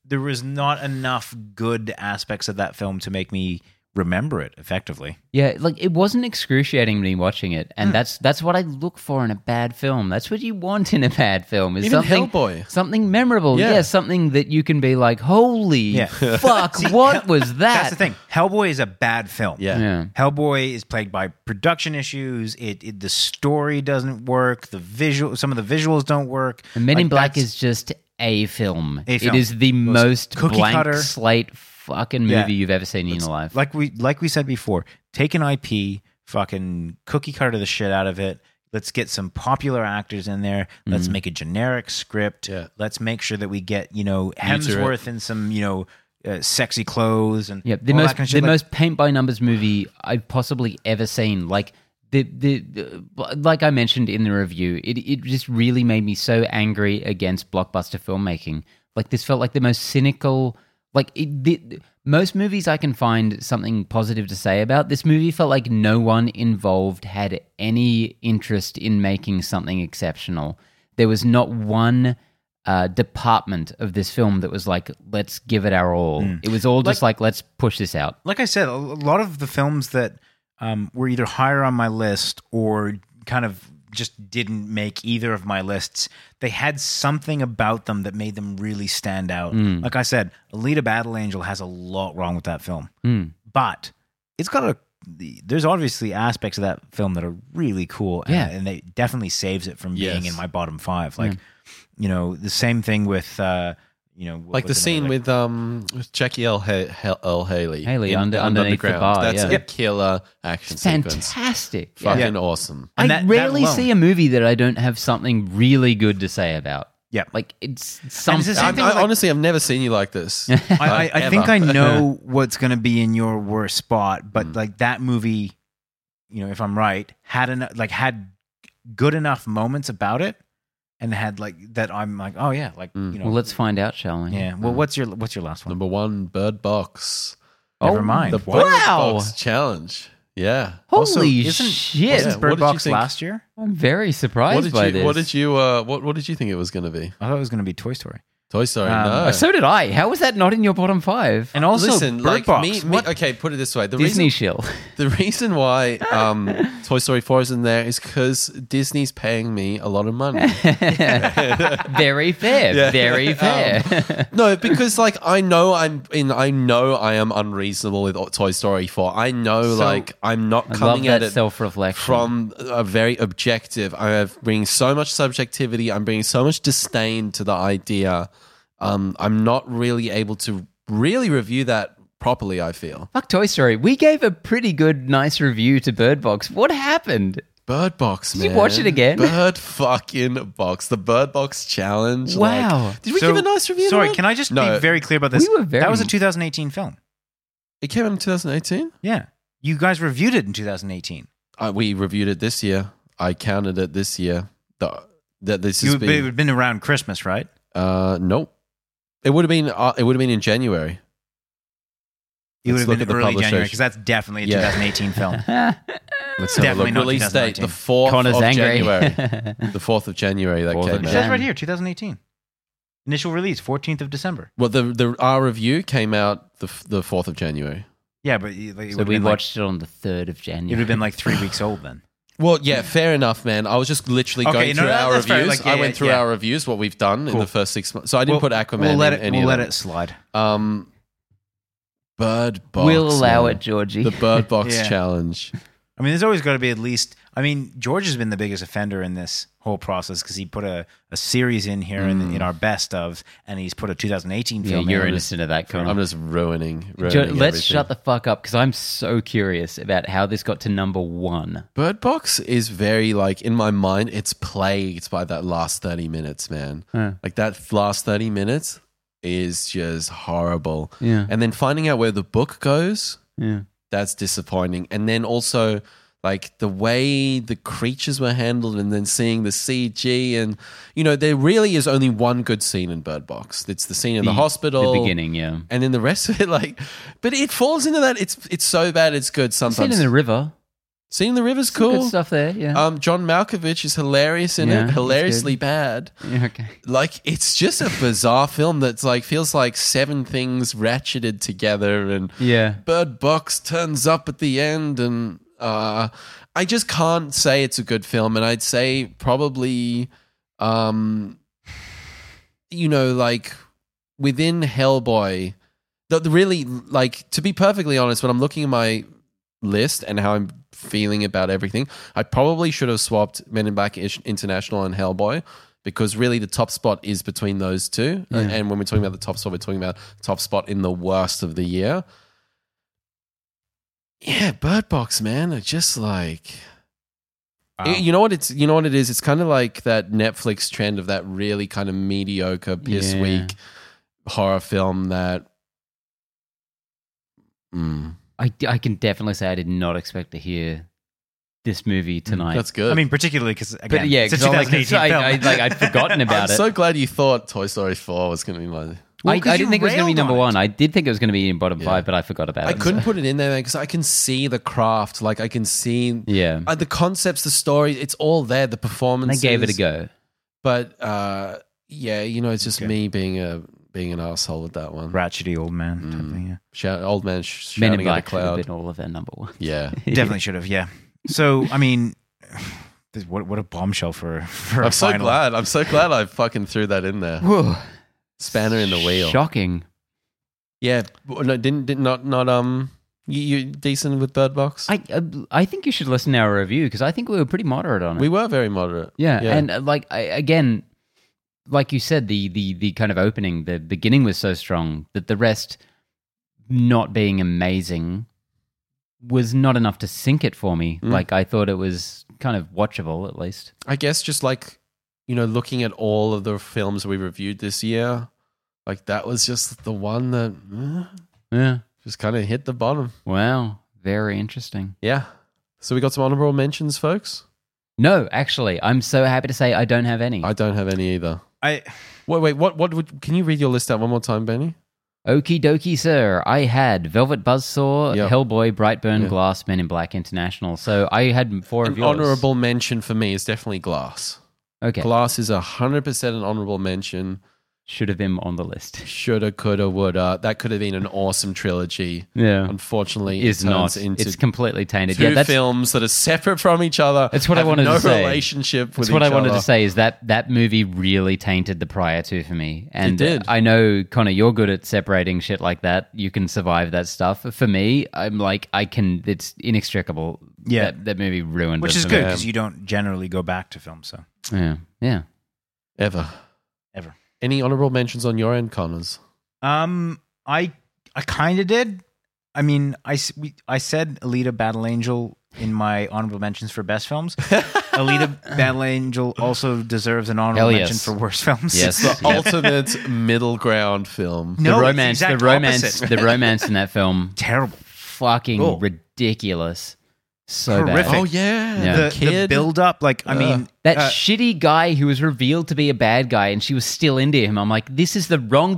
Speaker 3: There was not enough good aspects of that film to make me remember it effectively.
Speaker 2: Yeah, like it wasn't excruciating me watching it,
Speaker 1: Hmm.
Speaker 2: and that's that's what I look for in a bad film. That's what you want in a bad film is
Speaker 1: Even
Speaker 2: something
Speaker 1: Hellboy.
Speaker 2: something memorable.
Speaker 1: Yeah.
Speaker 2: Yeah. something that you can be like, "Holy
Speaker 3: Yeah.
Speaker 2: fuck, what was that?"
Speaker 3: That's the thing. Hellboy is a bad film.
Speaker 1: Yeah.
Speaker 2: Yeah,
Speaker 3: Hellboy is plagued by production issues. It, it the story doesn't work. The visual, some of the visuals don't work.
Speaker 2: and Men
Speaker 3: Like,
Speaker 2: in Black
Speaker 3: that's-
Speaker 2: is just a film.
Speaker 3: A film.
Speaker 2: It is the most
Speaker 3: cookie
Speaker 2: blank
Speaker 3: cutter.
Speaker 2: slate fucking movie
Speaker 3: Yeah.
Speaker 2: you've ever seen in your life.
Speaker 3: like we like we said before. Take an IP, fucking cookie cutter the shit out of it. Let's get some popular actors in there. Let's
Speaker 2: Mm-hmm.
Speaker 3: make a generic script.
Speaker 1: Yeah.
Speaker 3: Let's make sure that we get you know
Speaker 1: Neuter it.
Speaker 3: Hemsworth in some you know uh, sexy clothes and
Speaker 2: Yeah, the
Speaker 3: all that
Speaker 2: most
Speaker 3: kind of
Speaker 2: the
Speaker 3: shit. Like,
Speaker 2: most paint by numbers movie I've possibly ever seen. Like the, the the like I mentioned in the review, it it just really made me so angry against blockbuster filmmaking. Like this felt like the most cynical. Like it, the, the- most movies I can find something positive to say about this movie felt like no one involved had any interest in making something exceptional. There was not one. Uh, department of this film that was like, let's give it our all. It was all just like, let's push this out.
Speaker 3: like I said, a a lot of the films that um, were either higher on my list or kind of just didn't make either of my lists, they had something about them that made them really stand out.
Speaker 1: Hmm. Hmm.
Speaker 3: Like I said, Alita Battle Angel has a lot wrong with that film, but it's got a the, there's obviously aspects of that film that are really cool. and-
Speaker 2: Yeah.
Speaker 3: and it definitely saves it from being
Speaker 1: Yes.
Speaker 3: in my bottom five. Like, you know, the same thing with uh, you know, what
Speaker 1: like the
Speaker 3: was another-
Speaker 1: scene with um with Jackie L. Ha- Ha- L. Haley.
Speaker 2: Haley under- underneath the bar,
Speaker 1: That's
Speaker 2: yeah.
Speaker 1: a
Speaker 2: Yep.
Speaker 1: killer action sequence.
Speaker 2: fantastic. Yeah.
Speaker 1: Fucking awesome.
Speaker 2: I
Speaker 3: And that- that
Speaker 2: rarely
Speaker 3: alone.
Speaker 2: see a movie that I don't have something really good to say about.
Speaker 3: Yeah.
Speaker 2: Like it's something.
Speaker 3: the same
Speaker 1: I,
Speaker 3: thing with,
Speaker 1: I-
Speaker 3: like-
Speaker 1: honestly, I've never seen you like this.
Speaker 3: I, I,
Speaker 1: Like,
Speaker 3: I think
Speaker 1: ever.
Speaker 3: I know what's going to be in your worst spot,
Speaker 1: Mm.
Speaker 3: but like that movie, you know, if I'm right, had enough, like had good enough moments about it, and had like that. I'm like, oh yeah, like
Speaker 1: Mm.
Speaker 3: you know,
Speaker 2: Well, let's find Mm. out, shall we?
Speaker 3: yeah. Well, what's your what's your last one?
Speaker 1: Number one, Bird Box.
Speaker 3: Never mind.
Speaker 1: Oh, The Bird
Speaker 2: Wow.
Speaker 1: Box challenge. Yeah.
Speaker 2: Holy
Speaker 1: Also,
Speaker 2: shit!
Speaker 1: Yeah,
Speaker 3: Wasn't
Speaker 1: what
Speaker 3: Bird
Speaker 1: did you
Speaker 3: Box
Speaker 1: think?
Speaker 3: last year?
Speaker 2: I'm very surprised
Speaker 1: what did
Speaker 2: by
Speaker 1: you?
Speaker 2: this.
Speaker 1: What did you? Uh, what What did you think it was going to be?
Speaker 3: I thought it was going to be Toy Story.
Speaker 1: Toy Story.
Speaker 3: Um,
Speaker 1: no.
Speaker 2: Uh, So did I. How was that not in your bottom five?
Speaker 3: And also,
Speaker 1: Listen,
Speaker 3: Bird
Speaker 1: like
Speaker 3: Box.
Speaker 1: me, me-
Speaker 3: what?
Speaker 1: okay, put it this way: the
Speaker 2: Disney
Speaker 1: reason
Speaker 2: shill.
Speaker 1: the reason why um, Toy Story Four is in there is because Disney's paying me a lot of money.
Speaker 2: very fair.
Speaker 1: Yeah. Um,
Speaker 2: Very fair.
Speaker 1: no, because like I know I'm in. I know I am unreasonable with Toy Story Four. I know like I'm not
Speaker 2: I love
Speaker 1: coming at
Speaker 2: that
Speaker 1: it
Speaker 2: self-reflection.
Speaker 1: from a very objective. I am bringing so much subjectivity. I'm bringing so much disdain to the idea. Um, I'm not really able to really review that properly. I feel
Speaker 2: Fuck Toy Story. We gave a pretty good, nice review to Bird Box. What happened?
Speaker 1: Bird Box.
Speaker 2: Did you
Speaker 1: man.
Speaker 2: watch it again?
Speaker 1: Bird fucking box. The Bird Box challenge.
Speaker 2: Wow.
Speaker 1: Like, did we
Speaker 3: So-
Speaker 1: give a nice review? to
Speaker 3: Sorry,
Speaker 1: that?
Speaker 3: can I just
Speaker 1: No.
Speaker 3: be very clear about this?
Speaker 2: We were very-
Speaker 3: that was a 2018 film.
Speaker 1: It came out in 2018.
Speaker 3: Yeah, you guys reviewed it in 2018.
Speaker 1: Uh, we reviewed it this year. I counted it this year. The, that this
Speaker 3: You,
Speaker 1: has
Speaker 3: but it
Speaker 1: been.
Speaker 3: had been around Christmas, right?
Speaker 1: uh, nope. It would have been. Uh, it would have been in January.
Speaker 3: It would
Speaker 1: Let's
Speaker 3: have
Speaker 1: look
Speaker 3: been
Speaker 1: at the
Speaker 3: early January
Speaker 1: publication.
Speaker 3: because that's definitely a
Speaker 1: Yeah.
Speaker 3: 2018 film.
Speaker 1: Let's
Speaker 3: have a Definitely look. not
Speaker 1: Release date the
Speaker 3: 2019.
Speaker 1: fourth
Speaker 2: Connor's
Speaker 1: of
Speaker 2: angry.
Speaker 1: January. The fourth of January that
Speaker 2: 4th of
Speaker 1: came
Speaker 2: Jan.
Speaker 1: out.
Speaker 3: It says right here, 2018. Initial release, 14th of December.
Speaker 1: Well, the the our review came out the f- the fourth of January.
Speaker 3: Yeah, but you- like, it
Speaker 2: so
Speaker 3: would've
Speaker 2: we
Speaker 3: been like-
Speaker 2: watched it on the third of
Speaker 3: it
Speaker 2: January.
Speaker 3: would have been like three weeks old then.
Speaker 1: Well, yeah, fair enough, man. I was just literally
Speaker 3: Okay,
Speaker 1: going
Speaker 3: no,
Speaker 1: through
Speaker 3: no,
Speaker 1: our
Speaker 3: that's fair.
Speaker 1: reviews.
Speaker 3: Like, yeah,
Speaker 1: I went
Speaker 3: yeah,
Speaker 1: through
Speaker 3: yeah.
Speaker 1: our reviews, what we've done in
Speaker 3: Cool.
Speaker 1: the first six months. So I didn't
Speaker 3: We'll-
Speaker 1: put Aquaman
Speaker 3: We'll let
Speaker 1: in
Speaker 3: it.
Speaker 1: any
Speaker 3: We'll
Speaker 1: of
Speaker 3: let
Speaker 1: them.
Speaker 3: it slide.
Speaker 1: Um, Bird Box.
Speaker 2: we'll allow
Speaker 1: man.
Speaker 2: it, Georgie.
Speaker 1: The Bird Box
Speaker 3: Yeah.
Speaker 1: challenge.
Speaker 3: I mean, there's always got to be at least. I mean, George has been the biggest offender in this whole process because he put a, a series in here in, in our best of, and he's put a 2018
Speaker 2: Mm. yeah,
Speaker 3: film.
Speaker 2: you're
Speaker 3: in.
Speaker 2: innocent of that, Connor.
Speaker 1: I'm just ruining. ruining
Speaker 2: Jo- let's
Speaker 1: everything.
Speaker 2: shut the fuck up because I'm so curious about how this got to number one.
Speaker 1: Bird Box is very like in my mind. It's plagued by that last thirty minutes, man.
Speaker 2: Huh.
Speaker 1: Like that last thirty minutes is just horrible.
Speaker 2: Yeah.
Speaker 1: And then finding out where the book goes,
Speaker 2: Yeah.
Speaker 1: that's disappointing. And then also like the way the creatures were handled, and then seeing the CG, and you know there really is only one good scene in Bird Box. It's the scene in the, hospital,
Speaker 2: The beginning, yeah.
Speaker 1: and then the rest of it like. But it falls into that. It's it's so bad. It's good
Speaker 2: Seen
Speaker 1: sometimes.
Speaker 2: in the river.
Speaker 1: Scene in the river's
Speaker 2: Some
Speaker 1: cool.
Speaker 2: Good stuff there, yeah.
Speaker 1: Um, John Malkovich is hilarious in
Speaker 2: Yeah,
Speaker 1: it,
Speaker 2: he's
Speaker 1: hilariously bad.
Speaker 2: Yeah, okay.
Speaker 1: Like it's just a bizarre film that's like feels like seven things ratcheted together, and
Speaker 2: Yeah.
Speaker 1: Bird Box turns up at the end, and uh, I just can't say it's a good film. And I'd say probably, um, you know, like within Hellboy, the, the really like to be perfectly honest, when I'm looking at my list and how I'm feeling about everything, I probably should have swapped Men in Black Ish- International and Hellboy because really the top spot is between those two. And, and when we're talking about the top spot, we're talking about top spot in the worst of the year. Yeah, Bird Box, man, are just like
Speaker 3: Wow.
Speaker 1: you know what it's you know what it is. It's kind of like that Netflix trend of that really kind of mediocre piss
Speaker 2: Yeah.
Speaker 1: weak horror film that. Mm,
Speaker 2: I, I can definitely say I did not expect to hear this movie tonight.
Speaker 1: that's good.
Speaker 3: I mean, particularly because again,
Speaker 2: but yeah,
Speaker 3: it's a
Speaker 2: because like, 'cause
Speaker 3: 2018
Speaker 2: I,
Speaker 3: film.
Speaker 2: I, like I'd forgotten
Speaker 1: I'm
Speaker 2: about it.
Speaker 1: so glad you thought Toy Story Four was going to be my.
Speaker 3: Well,
Speaker 2: I, I
Speaker 3: 'cause you
Speaker 2: didn't think it was going to be
Speaker 3: railed
Speaker 2: number
Speaker 3: on it.
Speaker 2: one. I did think it was going to be in bottom
Speaker 1: Yeah.
Speaker 2: five, but I forgot about
Speaker 1: I
Speaker 2: it.
Speaker 1: couldn't put it in there because I can see the craft. Like I can see
Speaker 2: Yeah,
Speaker 1: uh, the concepts, the story. It's all there. The
Speaker 2: and I
Speaker 1: performances.
Speaker 2: gave it a go.
Speaker 1: But uh, yeah, you know, it's just
Speaker 3: Okay.
Speaker 1: me being a being an asshole with that one.
Speaker 3: ratchety old man. type
Speaker 1: Mm.
Speaker 3: thing, yeah.
Speaker 1: Shout, old man sh-
Speaker 2: Men in
Speaker 1: shouting at a
Speaker 2: Black should have
Speaker 1: cloud.
Speaker 2: been all of our number one.
Speaker 1: Yeah.
Speaker 3: Definitely should have. Yeah. So I mean, this- what what a bombshell for for a
Speaker 1: I'm so
Speaker 3: final.
Speaker 1: glad. I'm so glad I fucking threw that in there.
Speaker 2: Whoa.
Speaker 1: Spanner in the wheel.
Speaker 2: Shocking.
Speaker 1: Yeah. but No, didn't, didn't not not um You, you decent with Bird Box?
Speaker 2: I uh, I think you should listen to our review because I think we were pretty moderate on it.
Speaker 1: we were very moderate.
Speaker 2: yeah.
Speaker 1: yeah.
Speaker 2: and uh, like I, again, like you said, the the the kind of opening, the beginning was so strong that the rest, not being amazing, was not enough to sink it for me.
Speaker 1: Mm.
Speaker 2: Like I thought it was kind of watchable at least.
Speaker 1: I guess just like you know, looking at all of the films we reviewed this year, like that was just the one that eh,
Speaker 2: Yeah.
Speaker 1: just kind of hit the bottom.
Speaker 2: Wow. Very interesting.
Speaker 1: Yeah. So we got some honorable mentions, folks.
Speaker 2: No, actually, I'm so happy to say I don't have any.
Speaker 1: I don't have any either.
Speaker 3: I
Speaker 1: Wait, wait. What? What? Would, can you read your list out one more time, Benny?
Speaker 2: Okie dokie, sir. I had Velvet Buzzsaw,
Speaker 1: Yep.
Speaker 2: Hellboy, Brightburn,
Speaker 1: Yeah.
Speaker 2: Glass, Men in Black International. So I had four of
Speaker 1: An
Speaker 2: yours.
Speaker 1: honorable mention for me is definitely Glass.
Speaker 2: Okay.
Speaker 1: Glass is hundred percent an honorable mention.
Speaker 2: Should have been on the list.
Speaker 1: Shoulda, coulda, woulda. That could have been an awesome trilogy.
Speaker 2: Yeah.
Speaker 1: Unfortunately, it
Speaker 2: Is
Speaker 1: turns
Speaker 2: not.
Speaker 1: into
Speaker 2: It's completely tainted.
Speaker 1: two
Speaker 2: yeah, that's,
Speaker 1: films that are separate from each other.
Speaker 2: That's what I
Speaker 1: have
Speaker 2: wanted
Speaker 1: no
Speaker 2: to say.
Speaker 1: relationship with
Speaker 2: that's what
Speaker 1: each
Speaker 2: I wanted
Speaker 1: other.
Speaker 2: to say is that that movie really tainted the prior two for me. And
Speaker 1: did.
Speaker 2: I know, Connor, you're good at separating shit like that. You can survive that stuff. For me, I'm like, I can, it's inextricable.
Speaker 3: Yeah.
Speaker 2: That, that movie ruined
Speaker 3: which
Speaker 2: it
Speaker 3: is
Speaker 2: for
Speaker 3: good
Speaker 2: me.
Speaker 3: because you don't generally go back to film. So
Speaker 2: Yeah. Yeah.
Speaker 1: Ever.
Speaker 3: ever.
Speaker 1: Any honorable mentions on your end, Connors?
Speaker 3: Um, I I kind of did. I mean, I s- we, I said Alita: Battle Angel in my honorable mentions for best films. Alita: Battle Angel also deserves an honorable
Speaker 2: Hell yes.
Speaker 3: mention for worst films.
Speaker 2: Yes.
Speaker 1: The ultimate middle ground film.
Speaker 3: No, it's the
Speaker 2: the romance, the,
Speaker 3: exact
Speaker 2: romance,
Speaker 3: opposite.
Speaker 2: the romance in that film,
Speaker 3: terrible.
Speaker 2: fucking
Speaker 3: Cool.
Speaker 2: ridiculous, so bad.
Speaker 3: Horrific.
Speaker 1: Oh yeah,
Speaker 2: Yeah.
Speaker 3: The, the build up, like I mean,
Speaker 2: That
Speaker 3: uh,
Speaker 2: shitty guy who was revealed to be a bad guy, and she was still into him. I'm like, this is the wrong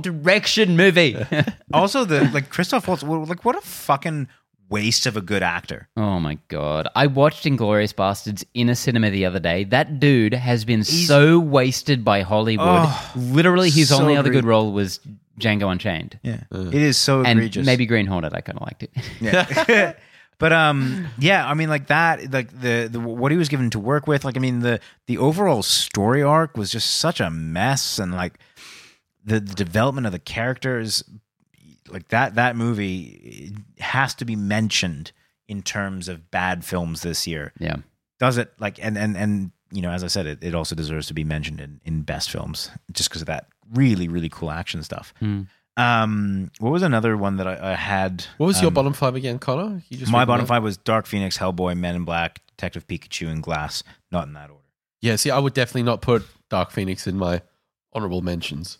Speaker 2: direction movie.
Speaker 3: also the like Christoph Waltz, well, like what a fucking waste of a good actor.
Speaker 2: oh my god! I watched Inglorious Bastards in a cinema the other day. That dude has been so wasted by Hollywood.
Speaker 3: Oh,
Speaker 2: Literally, his
Speaker 3: so
Speaker 2: only other
Speaker 3: agree-
Speaker 2: good role was Django Unchained,
Speaker 3: Yeah,
Speaker 1: Uh.
Speaker 3: it is so
Speaker 2: and
Speaker 3: egregious.
Speaker 2: maybe Green Hornet. I kind of liked it.
Speaker 3: Yeah. but um yeah, I mean like that like the, the what he was given to work with, like I mean the the overall story arc was just such a mess and like the, the development of the characters like that that movie has to be mentioned in terms of bad films this year.
Speaker 2: yeah.
Speaker 3: Does it like and and and you know as I said it, it also deserves to be mentioned in in best films just because of that really really cool action stuff.
Speaker 2: Hmm.
Speaker 3: Um what was another one that I, I had
Speaker 1: What was your
Speaker 3: um,
Speaker 1: bottom five again, Connor? You just
Speaker 3: my
Speaker 1: read them
Speaker 3: bottom
Speaker 1: out.
Speaker 3: five was Dark Phoenix, Hellboy, Men in Black, Detective Pikachu, and Glass. Not in that order.
Speaker 1: Yeah, see, I would definitely not put Dark Phoenix in my honorable mentions.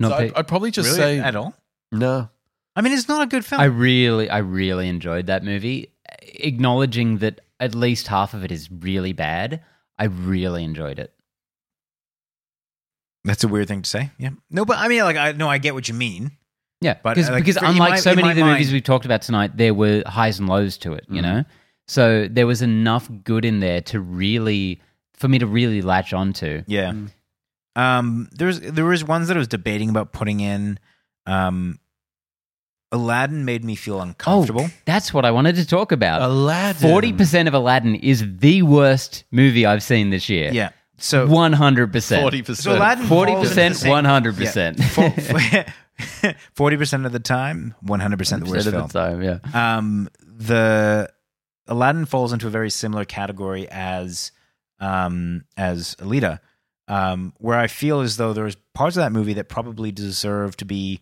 Speaker 2: Not
Speaker 1: So
Speaker 2: pe-
Speaker 1: I'd, I'd probably just
Speaker 3: Really?
Speaker 1: say
Speaker 3: at all.
Speaker 1: no.
Speaker 3: I mean, it's not a good film.
Speaker 2: I really, I really enjoyed that movie. Acknowledging that at least half of it is really bad, I really enjoyed it.
Speaker 3: That's a weird thing to say. Yeah. No, but I mean, like, I no, I get what you mean.
Speaker 2: Yeah,
Speaker 3: But,
Speaker 2: because
Speaker 3: uh, like,
Speaker 2: because
Speaker 3: for- in
Speaker 2: unlike
Speaker 3: my-
Speaker 2: so
Speaker 3: in
Speaker 2: many
Speaker 3: my
Speaker 2: of the
Speaker 3: mind- Mm-hmm.
Speaker 2: movies we've talked about tonight, there were highs and lows to it. You
Speaker 1: Mhm.
Speaker 2: know, so there was enough good in there to really, for me to really latch onto.
Speaker 3: Yeah.
Speaker 1: Mm.
Speaker 3: Um, there's there was ones that I was debating about putting in. Um, Aladdin made me feel uncomfortable.
Speaker 2: Oh, that's what I wanted to talk about.
Speaker 1: Aladdin.
Speaker 2: Forty percent of Aladdin is the worst movie I've seen this year.
Speaker 3: yeah. So
Speaker 2: one hundred percent.
Speaker 1: Forty percent.
Speaker 3: so Aladdin
Speaker 2: Forty percent, one hundred percent.
Speaker 3: percent. Forty percent of the time, one hundred percent the worst film.
Speaker 2: time, yeah.
Speaker 3: um, the Aladdin falls into a very similar category as um, as Alita, um, where I feel as though there's parts of that movie that probably deserve to be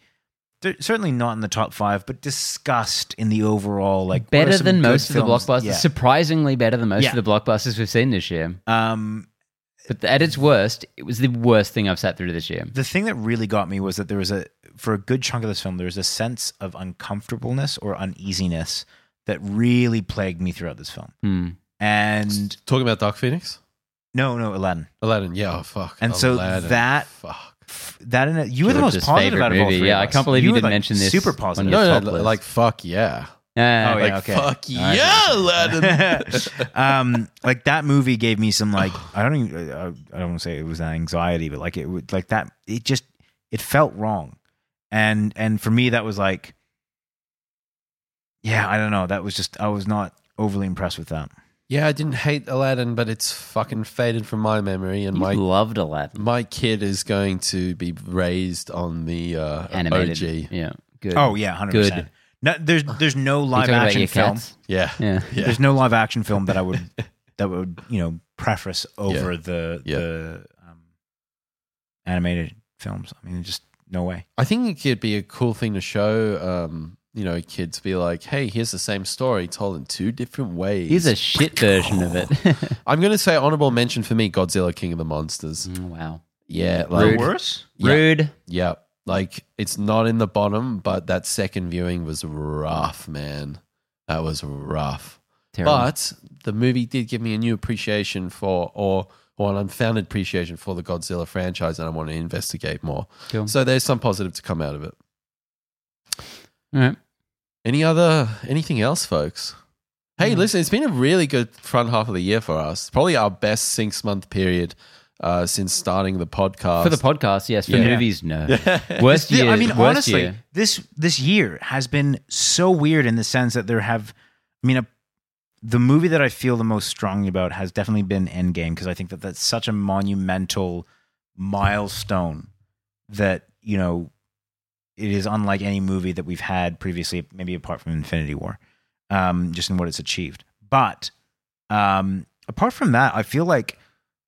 Speaker 3: they're certainly not in the top five, but discussed in the overall like what are
Speaker 2: better
Speaker 3: some
Speaker 2: than
Speaker 3: good
Speaker 2: most of the
Speaker 3: films-
Speaker 2: blockbusters.
Speaker 3: Yeah.
Speaker 2: Surprisingly better than most
Speaker 3: Yeah.
Speaker 2: of the blockbusters we've seen this year.
Speaker 3: Um,
Speaker 2: But at its worst, it was the worst thing I've sat through this year.
Speaker 3: the thing that really got me was that there was a for a good chunk of this film there was a sense of uncomfortableness or uneasiness that really plagued me throughout this film.
Speaker 2: Hmm.
Speaker 3: And
Speaker 1: Talking about Dark Phoenix,
Speaker 3: no, no, Aladdin.
Speaker 1: Aladdin. Yeah, oh, fuck.
Speaker 3: And so
Speaker 1: Aladdin.
Speaker 3: that-
Speaker 1: fuck.
Speaker 3: F- that in it, you were the most
Speaker 2: George's
Speaker 3: positive
Speaker 2: favorite
Speaker 3: out of all
Speaker 2: movie.
Speaker 3: three.
Speaker 2: Yeah,
Speaker 3: of
Speaker 2: I
Speaker 3: us.
Speaker 2: can't believe you
Speaker 3: were,
Speaker 2: didn't
Speaker 3: like,
Speaker 2: mention this
Speaker 3: Super
Speaker 2: on your
Speaker 3: positive.
Speaker 1: No,
Speaker 2: top
Speaker 1: no,
Speaker 2: list.
Speaker 1: like fuck yeah,
Speaker 2: Ah,
Speaker 3: Oh, yeah,
Speaker 1: like
Speaker 3: okay.
Speaker 1: fuck
Speaker 2: right.
Speaker 1: yeah, Aladdin.
Speaker 3: um, like that movie gave me some like I don't even, I, I don't want to say it was anxiety, but like it would like that it just it felt wrong, and and for me that was like, yeah, I don't know. That was just I was not overly impressed with that.
Speaker 1: yeah, I didn't hate Aladdin, but it's fucking faded from my memory, and
Speaker 2: You
Speaker 1: my
Speaker 2: loved Aladdin.
Speaker 1: my kid is going to be raised on the uh,
Speaker 2: Animated.
Speaker 1: OG.
Speaker 2: Yeah. Good.
Speaker 3: Oh yeah, hundred
Speaker 2: Good.
Speaker 3: percent. No, there's there's no live
Speaker 2: talking about
Speaker 3: action
Speaker 2: your
Speaker 3: film.
Speaker 2: cats?
Speaker 1: Yeah.
Speaker 2: Yeah.
Speaker 1: Yeah.
Speaker 3: There's no live action film that I would that would you know preface over the
Speaker 1: Yeah.
Speaker 3: the um, animated films. I mean, just no way.
Speaker 1: I think it could be a cool thing to show, um, you know, kids be like, hey, here's the same story told in two different ways.
Speaker 2: Here's a shit version of it.
Speaker 1: I'm going to say honorable mention for me Godzilla King of the Monsters.
Speaker 2: Mm, wow.
Speaker 1: Yeah. Like,
Speaker 2: Rude.
Speaker 3: worse?
Speaker 1: Yeah.
Speaker 2: Rude.
Speaker 1: yeah. Like, it's not in the bottom, but that second viewing was rough, man. That was rough.
Speaker 2: Terrible.
Speaker 1: But the movie did give me a new appreciation for, or, or an unfounded appreciation for the Godzilla franchise, and I want to investigate more.
Speaker 2: Cool.
Speaker 1: So there's some positive to come out of it.
Speaker 2: All right.
Speaker 1: Any other anything else, folks?
Speaker 2: Mm.
Speaker 1: Hey, listen, it's been a really good front half of the year for us. Probably our best six month period uh, since starting the podcast.
Speaker 2: For the podcast, yes. For
Speaker 1: Yeah.
Speaker 2: movies, no.
Speaker 1: podcast.
Speaker 2: Worst
Speaker 3: Yeah,
Speaker 2: year.
Speaker 3: I mean,
Speaker 2: worst
Speaker 3: honestly,
Speaker 2: year.
Speaker 3: this this year has been so weird in the sense that there have, I mean, a, the movie that I feel the most strongly about has definitely been Endgame because I think that that's such a monumental milestone that you know it is unlike any movie that we've had previously, maybe apart from Infinity War, um, just in what it's achieved. But um, apart from that, I feel like.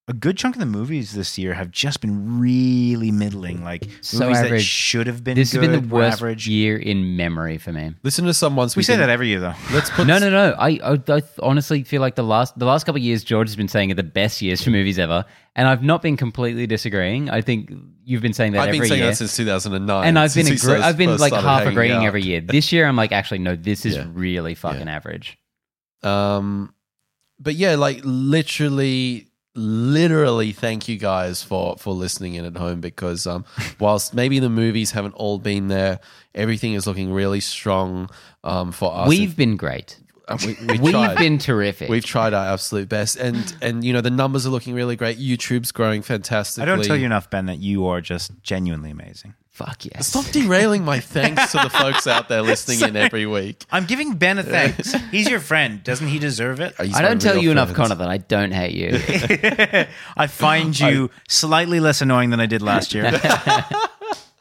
Speaker 3: A good chunk of the movies this year have just been really middling, like
Speaker 2: So
Speaker 3: movies that
Speaker 2: average.
Speaker 3: should have been
Speaker 2: this has
Speaker 3: good,
Speaker 2: been the
Speaker 3: were
Speaker 2: worst
Speaker 3: average.
Speaker 2: year in memory for me.
Speaker 1: listen to some ones
Speaker 3: We say
Speaker 1: didn't-
Speaker 3: that every year though.
Speaker 1: Let's put
Speaker 2: No, no, no. I, I, I honestly feel like the last the last couple of years, George has been saying are the best years for movies ever, and I've not been completely disagreeing. I think you've been saying that
Speaker 1: I've
Speaker 2: every
Speaker 1: been saying
Speaker 2: year,
Speaker 1: that since 2009,
Speaker 2: and I've been
Speaker 1: since we
Speaker 2: agre-
Speaker 1: first-
Speaker 2: I've been
Speaker 1: first
Speaker 2: like
Speaker 1: started
Speaker 2: half
Speaker 1: hanging
Speaker 2: agreeing
Speaker 1: out.
Speaker 2: every year. This year, I'm like, actually, no, this is
Speaker 1: Yeah.
Speaker 2: really fucking average.
Speaker 1: Um, but yeah, like literally, literally, thank you guys for for listening in at home because um, whilst maybe the movies haven't all been there, everything is looking really strong um for us.
Speaker 2: We've been great.
Speaker 1: Uh, we, we
Speaker 2: We've
Speaker 1: tried.
Speaker 2: been terrific.
Speaker 1: We've tried our absolute best, and and you know the numbers are looking really great. YouTube's growing fantastically.
Speaker 3: I don't tell you enough, Ben, that you are just genuinely amazing.
Speaker 2: Fuck yes.
Speaker 1: Stop derailing my thanks to the folks out there listening in every week.
Speaker 3: I'm giving Ben a thanks. He's your friend. Doesn't he deserve it?
Speaker 1: He's
Speaker 2: Uh, I
Speaker 1: my
Speaker 2: don't tell
Speaker 1: real
Speaker 2: you enough,
Speaker 1: friend.
Speaker 2: Connor, that I don't hate you.
Speaker 3: I find you slightly less annoying than I did last year. but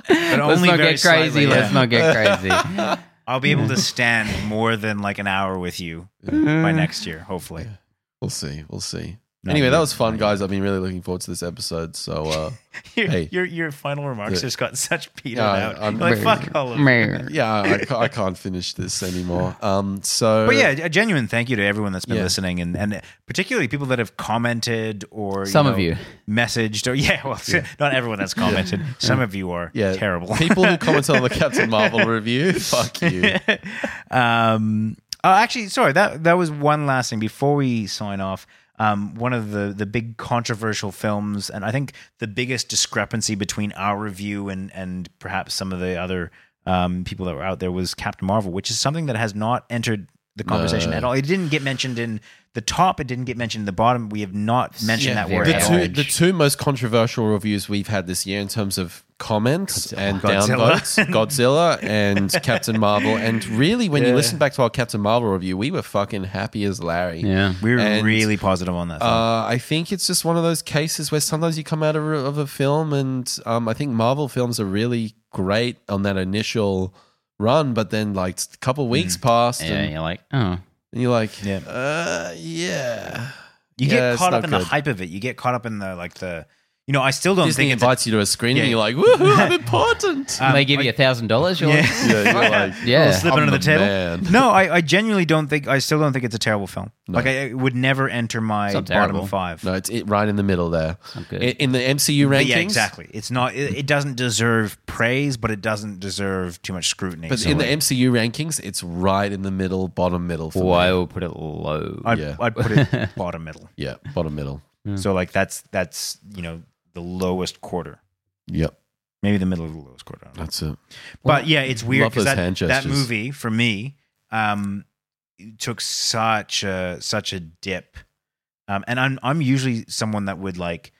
Speaker 2: Let's
Speaker 3: only
Speaker 2: not
Speaker 3: very
Speaker 2: get crazy.
Speaker 3: slightly,
Speaker 2: Let's
Speaker 3: yeah.
Speaker 2: not get crazy.
Speaker 3: I'll be able to stand more than like an hour with you by next year, hopefully.
Speaker 1: We'll see. We'll see.
Speaker 3: Not
Speaker 1: anyway, that
Speaker 3: you,
Speaker 1: was fun,
Speaker 3: not
Speaker 1: guys. I've been really looking forward to this episode. So, uh,
Speaker 3: Your,
Speaker 1: Hey.
Speaker 3: your, your final remarks
Speaker 1: Yeah.
Speaker 3: just got such petered
Speaker 1: Yeah,
Speaker 3: out.
Speaker 1: I'm-
Speaker 3: You're like, fuck all of it.
Speaker 1: yeah, I, ca- I can't finish this anymore. Um, so,
Speaker 3: But yeah, a genuine thank you to everyone that's been
Speaker 1: Yeah.
Speaker 3: listening, and, and particularly people that have commented or
Speaker 2: Some of you.
Speaker 3: messaged or yeah, well, not everyone that's commented. Some of you are
Speaker 1: yeah,
Speaker 3: terrible.
Speaker 1: people who commented on the Captain Marvel review, fuck you.
Speaker 3: um, oh, actually, sorry that that was one last thing before we sign off. Um, one of the the big controversial films, and I think the biggest discrepancy between our review and and perhaps some of the other um, people that were out there was Captain Marvel, which is something that has not entered the conversation
Speaker 1: No.
Speaker 3: at all. It didn't get mentioned in the top. It didn't get mentioned in the bottom. We have not mentioned
Speaker 2: Yeah,
Speaker 3: that word.
Speaker 1: The
Speaker 2: very
Speaker 3: at
Speaker 1: two,
Speaker 3: all.
Speaker 2: average.
Speaker 1: the two most controversial reviews we've had this year in terms of comments and
Speaker 3: Godzilla.
Speaker 1: downvotes, Godzilla and Captain Marvel. And really, when you
Speaker 3: Yeah.
Speaker 1: listen back to our Captain Marvel review, we were fucking happy as Larry.
Speaker 2: Yeah.
Speaker 3: We were
Speaker 1: And,
Speaker 3: really positive on that. film.
Speaker 1: Uh, I think it's just one of those cases where sometimes you come out of, a- of a film, and um, I think Marvel films are really great on that initial run, but then like a couple weeks passed,
Speaker 2: Yeah,
Speaker 1: and,
Speaker 2: you're like, oh.
Speaker 1: and you're like,
Speaker 3: Mm. Yeah.
Speaker 1: uh, yeah. Yeah,
Speaker 3: You get
Speaker 1: it's
Speaker 3: caught
Speaker 1: not
Speaker 3: up in the
Speaker 1: good.
Speaker 3: hype of it. You get caught up in the like the you know, I still don't
Speaker 1: Disney
Speaker 3: think it's a-
Speaker 1: invites you to a screen,
Speaker 3: Yeah.
Speaker 1: and you're like, woohoo, I'm important.
Speaker 3: Um,
Speaker 2: they give you a thousand dollars. You're like,
Speaker 1: yeah, you're like,
Speaker 2: yeah.
Speaker 3: Slip
Speaker 1: I'm
Speaker 3: under the table.
Speaker 1: man.
Speaker 3: no, I, I genuinely don't think I still don't think it's a terrible film. Like I it would never enter my
Speaker 2: It's not
Speaker 3: bottom
Speaker 2: terrible.
Speaker 3: five.
Speaker 1: No, it's it, right in the middle there.
Speaker 2: good.
Speaker 1: In, in the MCU
Speaker 3: But
Speaker 1: rankings,
Speaker 3: yeah, exactly. It's not it, it doesn't deserve praise, but it doesn't deserve too much scrutiny.
Speaker 1: But
Speaker 3: So,
Speaker 1: in the
Speaker 3: like,
Speaker 1: MCU rankings, it's right in the middle, bottom middle. For
Speaker 2: Well,
Speaker 1: me.
Speaker 2: I will put it low.
Speaker 3: I'd,
Speaker 1: yeah.
Speaker 3: I'd put it bottom middle.
Speaker 1: Yeah, bottom middle.
Speaker 3: So like that's that's you know the lowest quarter,
Speaker 1: Yep,
Speaker 3: maybe the middle of the lowest quarter. I don't know.
Speaker 1: that's it.
Speaker 3: But yeah, it's weird
Speaker 1: love
Speaker 3: because
Speaker 1: those
Speaker 3: that,
Speaker 1: hand
Speaker 3: that
Speaker 1: gestures.
Speaker 3: movie for me um, took such a such a dip, um, and I'm I'm usually someone that would like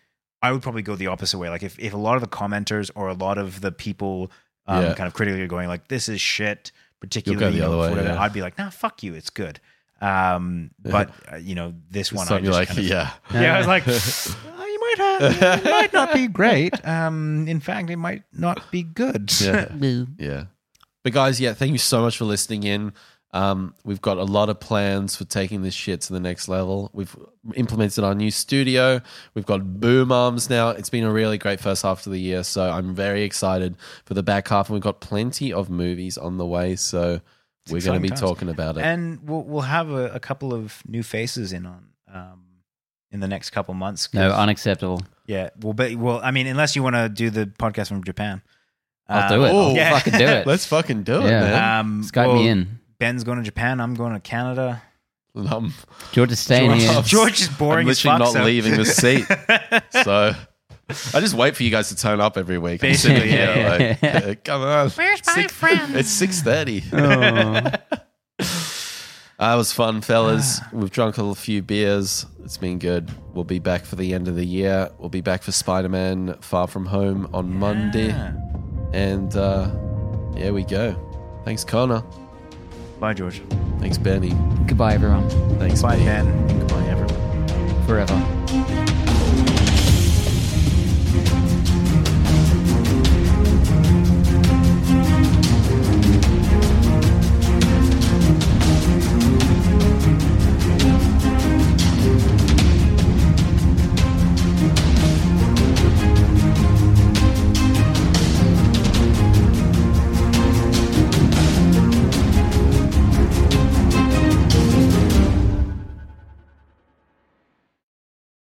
Speaker 3: I would probably go the opposite way. Like if if a lot of the commenters or a lot of the people um,
Speaker 1: Yeah.
Speaker 3: kind of critically are going like this is shit, particularly
Speaker 1: the
Speaker 3: you know,
Speaker 1: other way,
Speaker 3: whatever,
Speaker 1: yeah.
Speaker 3: I'd be like nah, fuck you, it's good. Um, but uh, you know this one,
Speaker 1: It's
Speaker 3: I
Speaker 1: not
Speaker 3: just
Speaker 1: you're like,
Speaker 3: kind of-
Speaker 1: yeah.
Speaker 3: yeah, I was like, "Oh, you might have, it might not be great. Um, in fact, it might not be good.
Speaker 1: Yeah. yeah. But guys, yeah, thank you so much for listening in. Um, we've got a lot of plans for taking this shit to the next level. We've implemented our new studio. We've got boom arms now. It's been a really great first half of the year, so I'm very excited for the back half. And we've got plenty of movies on the way, so we're going to
Speaker 3: exciting
Speaker 1: be
Speaker 3: times.
Speaker 1: talking about it.
Speaker 3: and we'll we'll have a, a couple of new faces in on um, in the next couple months. 'cause-
Speaker 2: No, unacceptable.
Speaker 3: yeah. Well, but well, I mean, unless you want to do the podcast from Japan, Uh,
Speaker 2: I'll do it.
Speaker 1: oh,
Speaker 2: I'll
Speaker 1: yeah.
Speaker 2: fucking do it.
Speaker 1: Let's fucking do it,
Speaker 2: Yeah.
Speaker 1: man.
Speaker 3: Um,
Speaker 2: Skype
Speaker 3: well,
Speaker 2: me in.
Speaker 3: Ben's going to Japan. I'm going to Canada.
Speaker 1: Um,
Speaker 2: George is staying
Speaker 1: George-
Speaker 2: here.
Speaker 1: George-
Speaker 3: George is boring.
Speaker 1: I'm
Speaker 3: as
Speaker 1: literally
Speaker 3: fuck,
Speaker 1: not
Speaker 3: so-
Speaker 1: leaving the seat. so I just wait for you guys to turn up every week. I'm sitting
Speaker 3: Basically,
Speaker 1: here
Speaker 2: yeah.
Speaker 1: like, "Uh, come on.
Speaker 4: Where's my
Speaker 1: Six-
Speaker 4: friend?
Speaker 1: It's six thirty.
Speaker 2: Oh.
Speaker 1: That was fun, fellas. We've drunk a few beers. It's been good. We'll be back for the end of the year. We'll be back for Spider Man Far From Home on Monday.
Speaker 3: Yeah.
Speaker 1: And uh, yeah, we go. Thanks, Connor.
Speaker 3: Bye, George.
Speaker 1: Thanks, Benny.
Speaker 2: Goodbye, everyone.
Speaker 1: Thanks,
Speaker 3: Bye,
Speaker 1: mate.
Speaker 3: Ben. Goodbye, everyone.
Speaker 2: Forever.